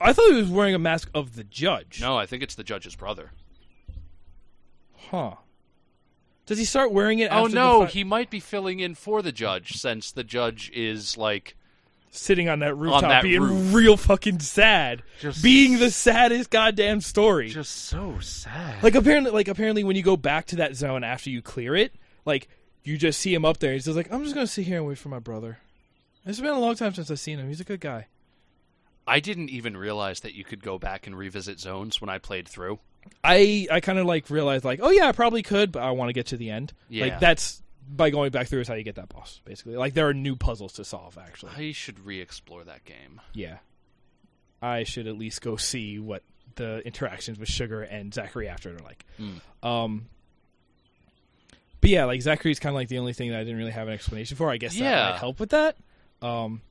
S1: I thought he was wearing a mask of the judge.
S2: No, I think it's the judge's brother.
S1: huh? Does he start wearing it?
S2: oh
S1: after the
S2: no,
S1: fi-
S2: he might be filling in for the judge since the judge is like
S1: sitting on that rooftop,
S2: that
S1: being
S2: roof.
S1: real fucking sad,
S2: Just-
S1: being the saddest goddamn story.
S2: just so sad.
S1: Like apparently, like apparently, when you go back to that zone after you clear it, like you just see him up there. He's just like, "I'm just gonna sit here and wait for my brother." It's been a long time since I've seen him. He's a good guy.
S2: I didn't even realize that you could go back and revisit zones when I played through.
S1: I I kind of like realized like, oh yeah, I probably could, but I want to get to the end.
S2: Yeah.
S1: Like that's by going back through is how you get that boss basically. Like there are new puzzles to solve actually.
S2: I should re-explore that game.
S1: Yeah, I should at least go see what the interactions with Sugar and Zachary after are like.
S2: Hmm.
S1: Um. But yeah, like Zachary's kind of like the only thing that I didn't really have an explanation for. I guess
S2: Yeah.
S1: that might help with that. Um,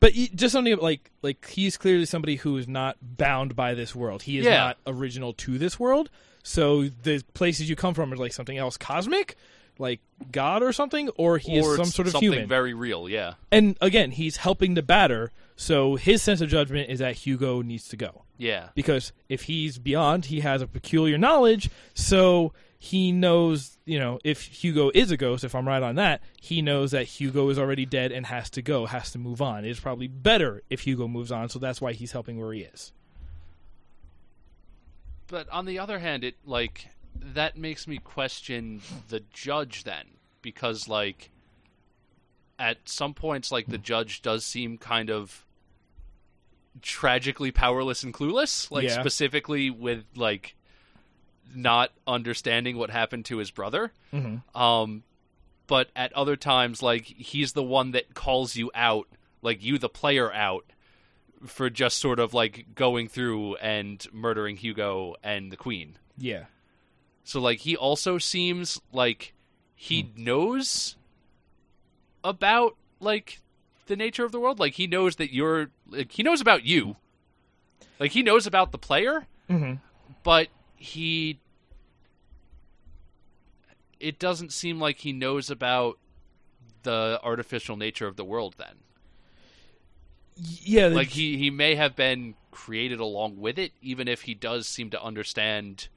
S1: but y- just something like like he's clearly somebody who is not bound by this world. He is
S2: Yeah.
S1: not original to this world. So the places you come from is like something else cosmic, like God or something, or he
S2: or
S1: is some
S2: it's
S1: sort of
S2: something
S1: human
S2: very real, yeah.
S1: and again, he's helping the batter, so his sense of judgment is that Hugo needs to go
S2: Yeah.
S1: because if he's beyond, he has a peculiar knowledge, so he knows, you know, if Hugo is a ghost, if I'm right on that, he knows that Hugo is already dead and has to go, has to move on. It's probably better if Hugo moves on, so that's why he's helping where he is.
S2: but on the other hand it like that makes me question the judge then because like at some points like the judge does seem kind of tragically powerless and clueless like
S1: Yeah.
S2: specifically with like not understanding what happened to his brother um but at other times like he's the one that calls you out like you the player out for just sort of like going through and murdering Hugo and the queen.
S1: Yeah.
S2: So like he also seems like he knows about like the nature of the world. Like he knows that you're like he knows about you. Like he knows about the player,
S1: Mhm.
S2: but he it doesn't seem like he knows about the artificial nature of the world then
S1: Yeah. the-
S2: like he he may have been created along with it even if he does seem to understand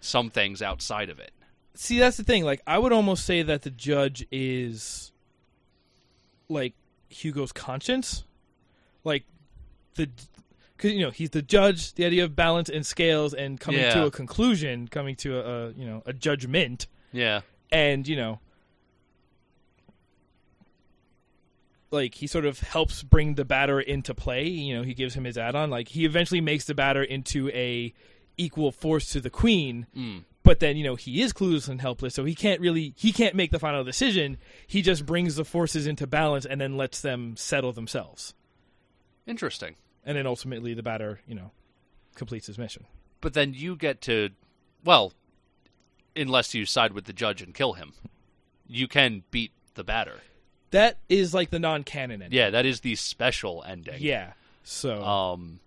S2: some things outside of it
S1: see that's the thing like i would almost say that the judge is like hugo's conscience like the because you know he's the judge the idea of balance and scales and coming
S2: Yeah.
S1: to a conclusion coming to a, a you know a judgment
S2: yeah
S1: and you know like he sort of helps bring the batter into play. You know, he gives him his add-on. Like he eventually makes the batter into a equal force to the queen. But then you know he is clueless and helpless, so he can't really he can't make the final decision. He just brings the forces into balance and then lets them settle themselves.
S2: Interesting.
S1: And then ultimately the batter, you know, completes his mission.
S2: But then you get to, well, unless you side with the judge and kill him, you can beat the batter.
S1: That is like the non-canon ending.
S2: Yeah, that is the special ending.
S1: Yeah. So
S2: Um,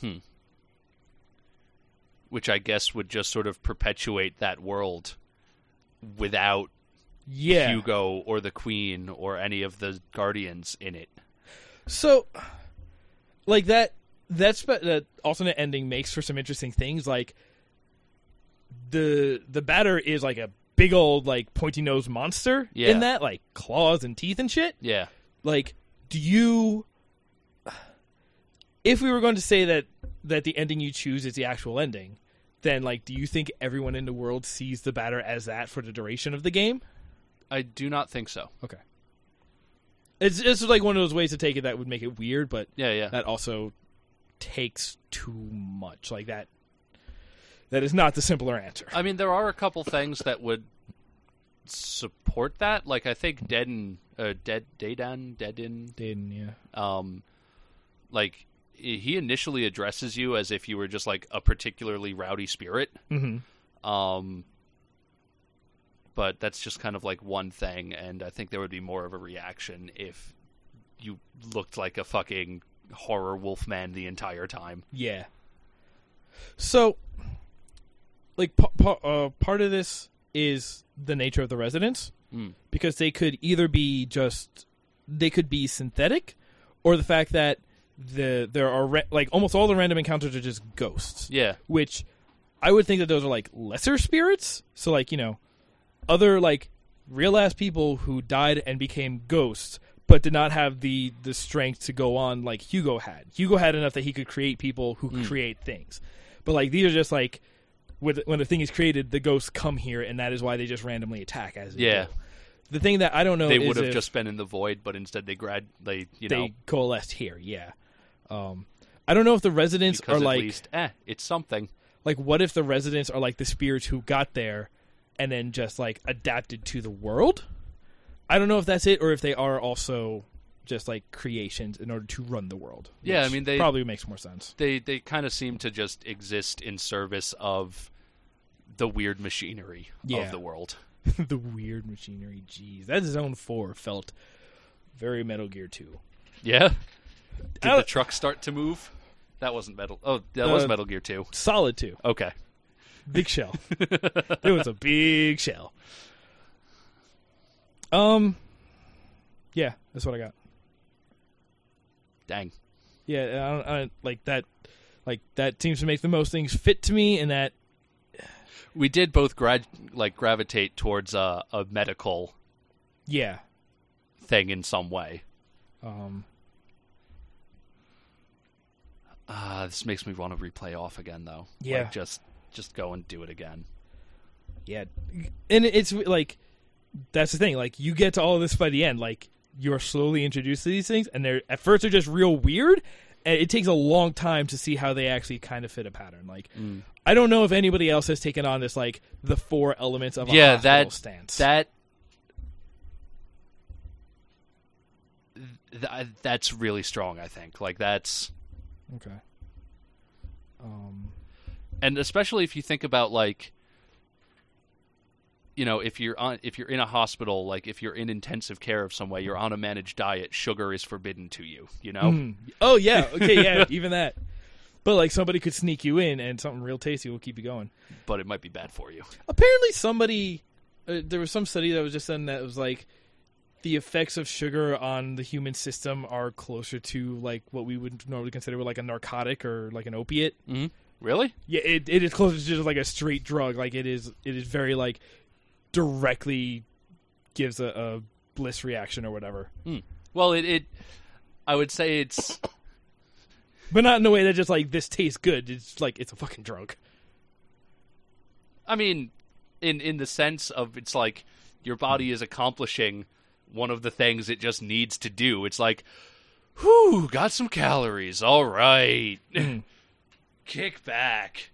S2: hmm. Which I guess would just sort of perpetuate that world without
S1: yeah.
S2: Hugo or the Queen or any of the Guardians in it.
S1: So, like that that's that alternate ending makes for some interesting things. Like the the batter is like a big old like pointy nosed monster
S2: Yeah.
S1: in that like claws and teeth and shit.
S2: Yeah.
S1: Like, do you? If we were going to say that that the ending you choose is the actual ending, then like, do you think everyone in the world sees the batter as that for the duration of the game?
S2: I do not think so.
S1: Okay. It's it's like one of those ways to take it that would make it weird, but
S2: Yeah, yeah.
S1: that also takes too much. Like that that is not the simpler answer.
S2: I mean, there are a couple things that would support that. Like, I think Deaden, uh, Dead, Dadan, Deaden,
S1: Didn't yeah.
S2: um, like, he initially addresses you as if you were just, like, a particularly rowdy spirit.
S1: hmm
S2: Um, but that's just kind of like one thing, and I think there would be more of a reaction if you looked like a fucking horror wolfman the entire time.
S1: Yeah. So like pa- pa- uh, part of this is the nature of the residents
S2: Mm.
S1: because they could either be just they could be synthetic or the fact that the there are ra- like almost all the random encounters are just ghosts.
S2: Yeah,
S1: which I would think that those are like lesser spirits. So like you know, other like real ass people who died and became ghosts, but did not have the the strength to go on like Hugo had. Hugo had enough that he could create people who
S2: Mm.
S1: could create things, but like these are just like with, when the thing is created, the ghosts come here, and that is why they just randomly attack. As they
S2: Yeah.
S1: do. the thing that I don't know
S2: they
S1: is
S2: would have
S1: if-
S2: just been in the void, but instead they grad they you know
S1: they coalesced here. Yeah. Um, I don't know if the residents
S2: because
S1: are
S2: at
S1: like
S2: least eh, it's something.
S1: like what if the residents are like the spirits who got there and then just like adapted to the world i don't know if that's it or if they are also just like creations in order to run the world
S2: Yeah, I
S1: which
S2: mean, they-
S1: probably makes more sense
S2: They they kind of seem to just exist in service of the weird machinery
S1: Yeah.
S2: of the world.
S1: the weird machinery jeez that zone 4 felt very metal gear 2
S2: Yeah, did the
S1: Out-
S2: truck start to move? That wasn't metal. Oh, that was
S1: Uh,
S2: Metal Gear Two.
S1: solid 2
S2: Okay.
S1: big shell it was a big shell um yeah that's what i got
S2: Dang.
S1: yeah I don't, I don't, like that like that seems to make the most things fit to me and that
S2: We did both grad like gravitate towards a, a medical
S1: yeah
S2: thing in some way.
S1: um
S2: Ah, this makes me want to replay off again though.
S1: Yeah.
S2: Like, just just go and do it again.
S1: yeah and it's like that's the thing like you get to all this by the end like you're slowly introduced to these things and they're at first they're just real weird and it takes a long time to see how they actually kind of fit a pattern like
S2: Mm.
S1: i don't know if anybody else has taken on this like the four elements of a
S2: yeah,
S1: hospital
S2: that
S1: stance
S2: that th- that's really strong, I think. Like that's
S1: okay um
S2: and especially if you think about like you know if you're on if you're in a hospital like if you're in intensive care of some way you're on a managed diet sugar is forbidden to you you know
S1: Mm. Oh yeah. Okay. Yeah. even that. But like somebody could sneak you in, and something real tasty will keep you going.
S2: but it might be bad for you
S1: Apparently, somebody uh, there was some study that was just done that was like the effects of sugar on the human system are closer to like what we would normally consider like a narcotic or like an opiate.
S2: really
S1: Yeah, it, it is closer to just like a straight drug. Like it is, it is very like directly gives a, a bliss reaction or whatever,
S2: Well, it, it I would say it's
S1: but not in a way that just like this tastes good. It's like it's a fucking drug.
S2: I mean in in the sense of it's like your body is accomplishing one of the things it just needs to do. It's like, whew, got some calories. All right. Kick back.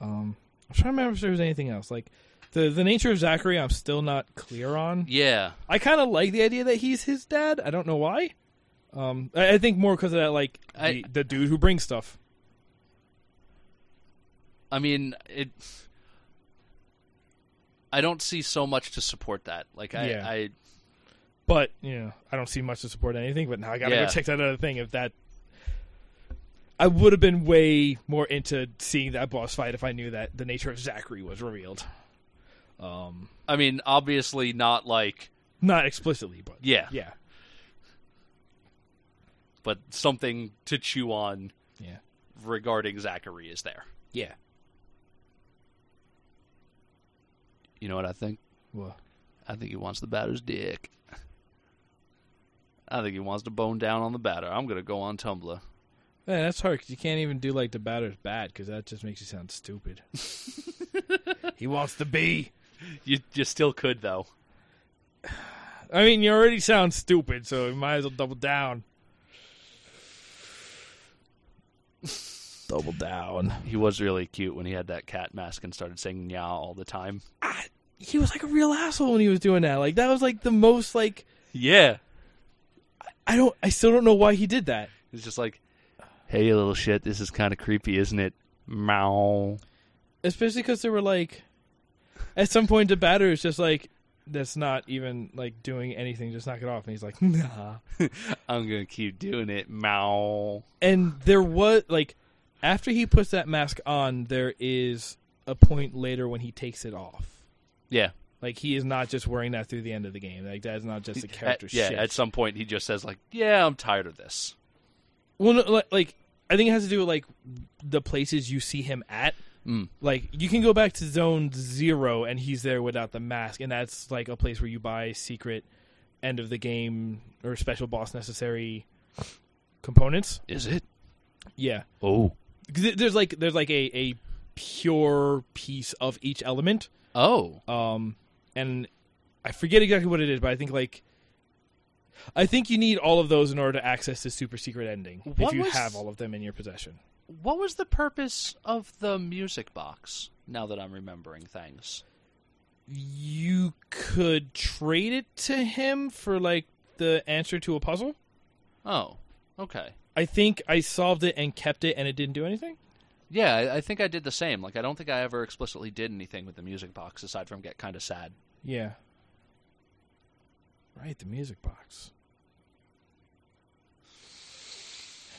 S1: Um, I'm trying to remember if there was anything else. Like the the nature of Zachary, I'm still not clear on.
S2: Yeah.
S1: I kind of like the idea that he's his dad. I don't know why. Um, I, I think more because of that, like the,
S2: I-
S1: the dude who brings stuff.
S2: I mean, it. I don't see so much to support that. Like I,
S1: Yeah.
S2: I
S1: But you know, I don't see much to support anything. But now I gotta
S2: Yeah.
S1: go check that other thing. If that, I would have been way more into seeing that boss fight if I knew that the nature of Zachary was revealed. Um,
S2: I mean, obviously not like
S1: not explicitly, but
S2: yeah,
S1: yeah,
S2: but something to chew on
S1: yeah,
S2: regarding Zachary is there.
S1: yeah.
S2: You know what I think?
S1: Well,
S2: I think he wants the batter's dick. I think he wants to bone down on the batter. I'm gonna go on Tumblr.
S1: yeah, that's hard 'cause you can't even do like the batter's bat because that just makes you sound stupid. he wants to be.
S2: You you still could though.
S1: I mean, you already sound stupid, so you might as well double down. double down.
S2: He was really cute when he had that cat mask and started saying "nya" all the time.
S1: he was like a real asshole when he was doing that. Like that was like the most like
S2: Yeah,
S1: I don't I still don't know why he did that.
S2: It's just like, hey, you little shit, this is kind of creepy, isn't it? Meow.
S1: Especially because they were like, at some point the batter is just like, that's not even like doing anything. Just knock it off. And he's like, nah.
S2: I'm gonna keep doing it. Meow.
S1: And there was like, after he puts that mask on, there is a point later when he takes it off.
S2: Yeah,
S1: Like he is not just wearing that through the end of the game. Like that's not just a character
S2: At- yeah.
S1: shift.
S2: At some point, he just says like, yeah, I'm tired of this.
S1: Well, no, li- like I think it has to do with like the places you see him at.
S2: Mm.
S1: Like you can go back to Zone Zero and he's there without the mask, and that's like a place where you buy secret end of the game or special boss necessary components.
S2: Is it?
S1: Yeah,
S2: Oh.
S1: 'Cause th- there's like there's like a a pure piece of each element,
S2: Oh.
S1: um, and I forget exactly what it is, but I think like. I think you need all of those in order to access the super secret ending. if
S2: What
S1: you
S2: was-
S1: have all of them in your possession,
S2: What was the purpose of the music box? Now that I'm remembering things.
S1: you could trade it to him for like the answer to a puzzle.
S2: Oh. Okay.
S1: I think I solved it and kept it, and it didn't do anything.
S2: Yeah, I, I think I did the same. Like, I don't think I ever explicitly did anything with the music box aside from get kind of sad.
S1: Yeah. Right, the music box.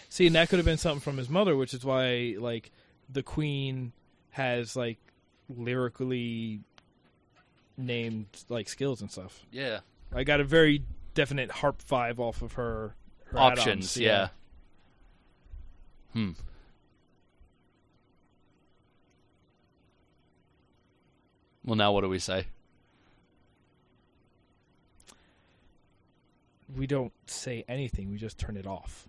S1: See, and that could have been something from his mother, which is why like the queen has like lyrically named like skills and stuff.
S2: Yeah.
S1: I got a very definite harp vibe off of her, her
S2: options.
S1: add-ons,
S2: Yeah. Hmm. Well, now what do we say?
S1: we don't say anything. We just turn it off.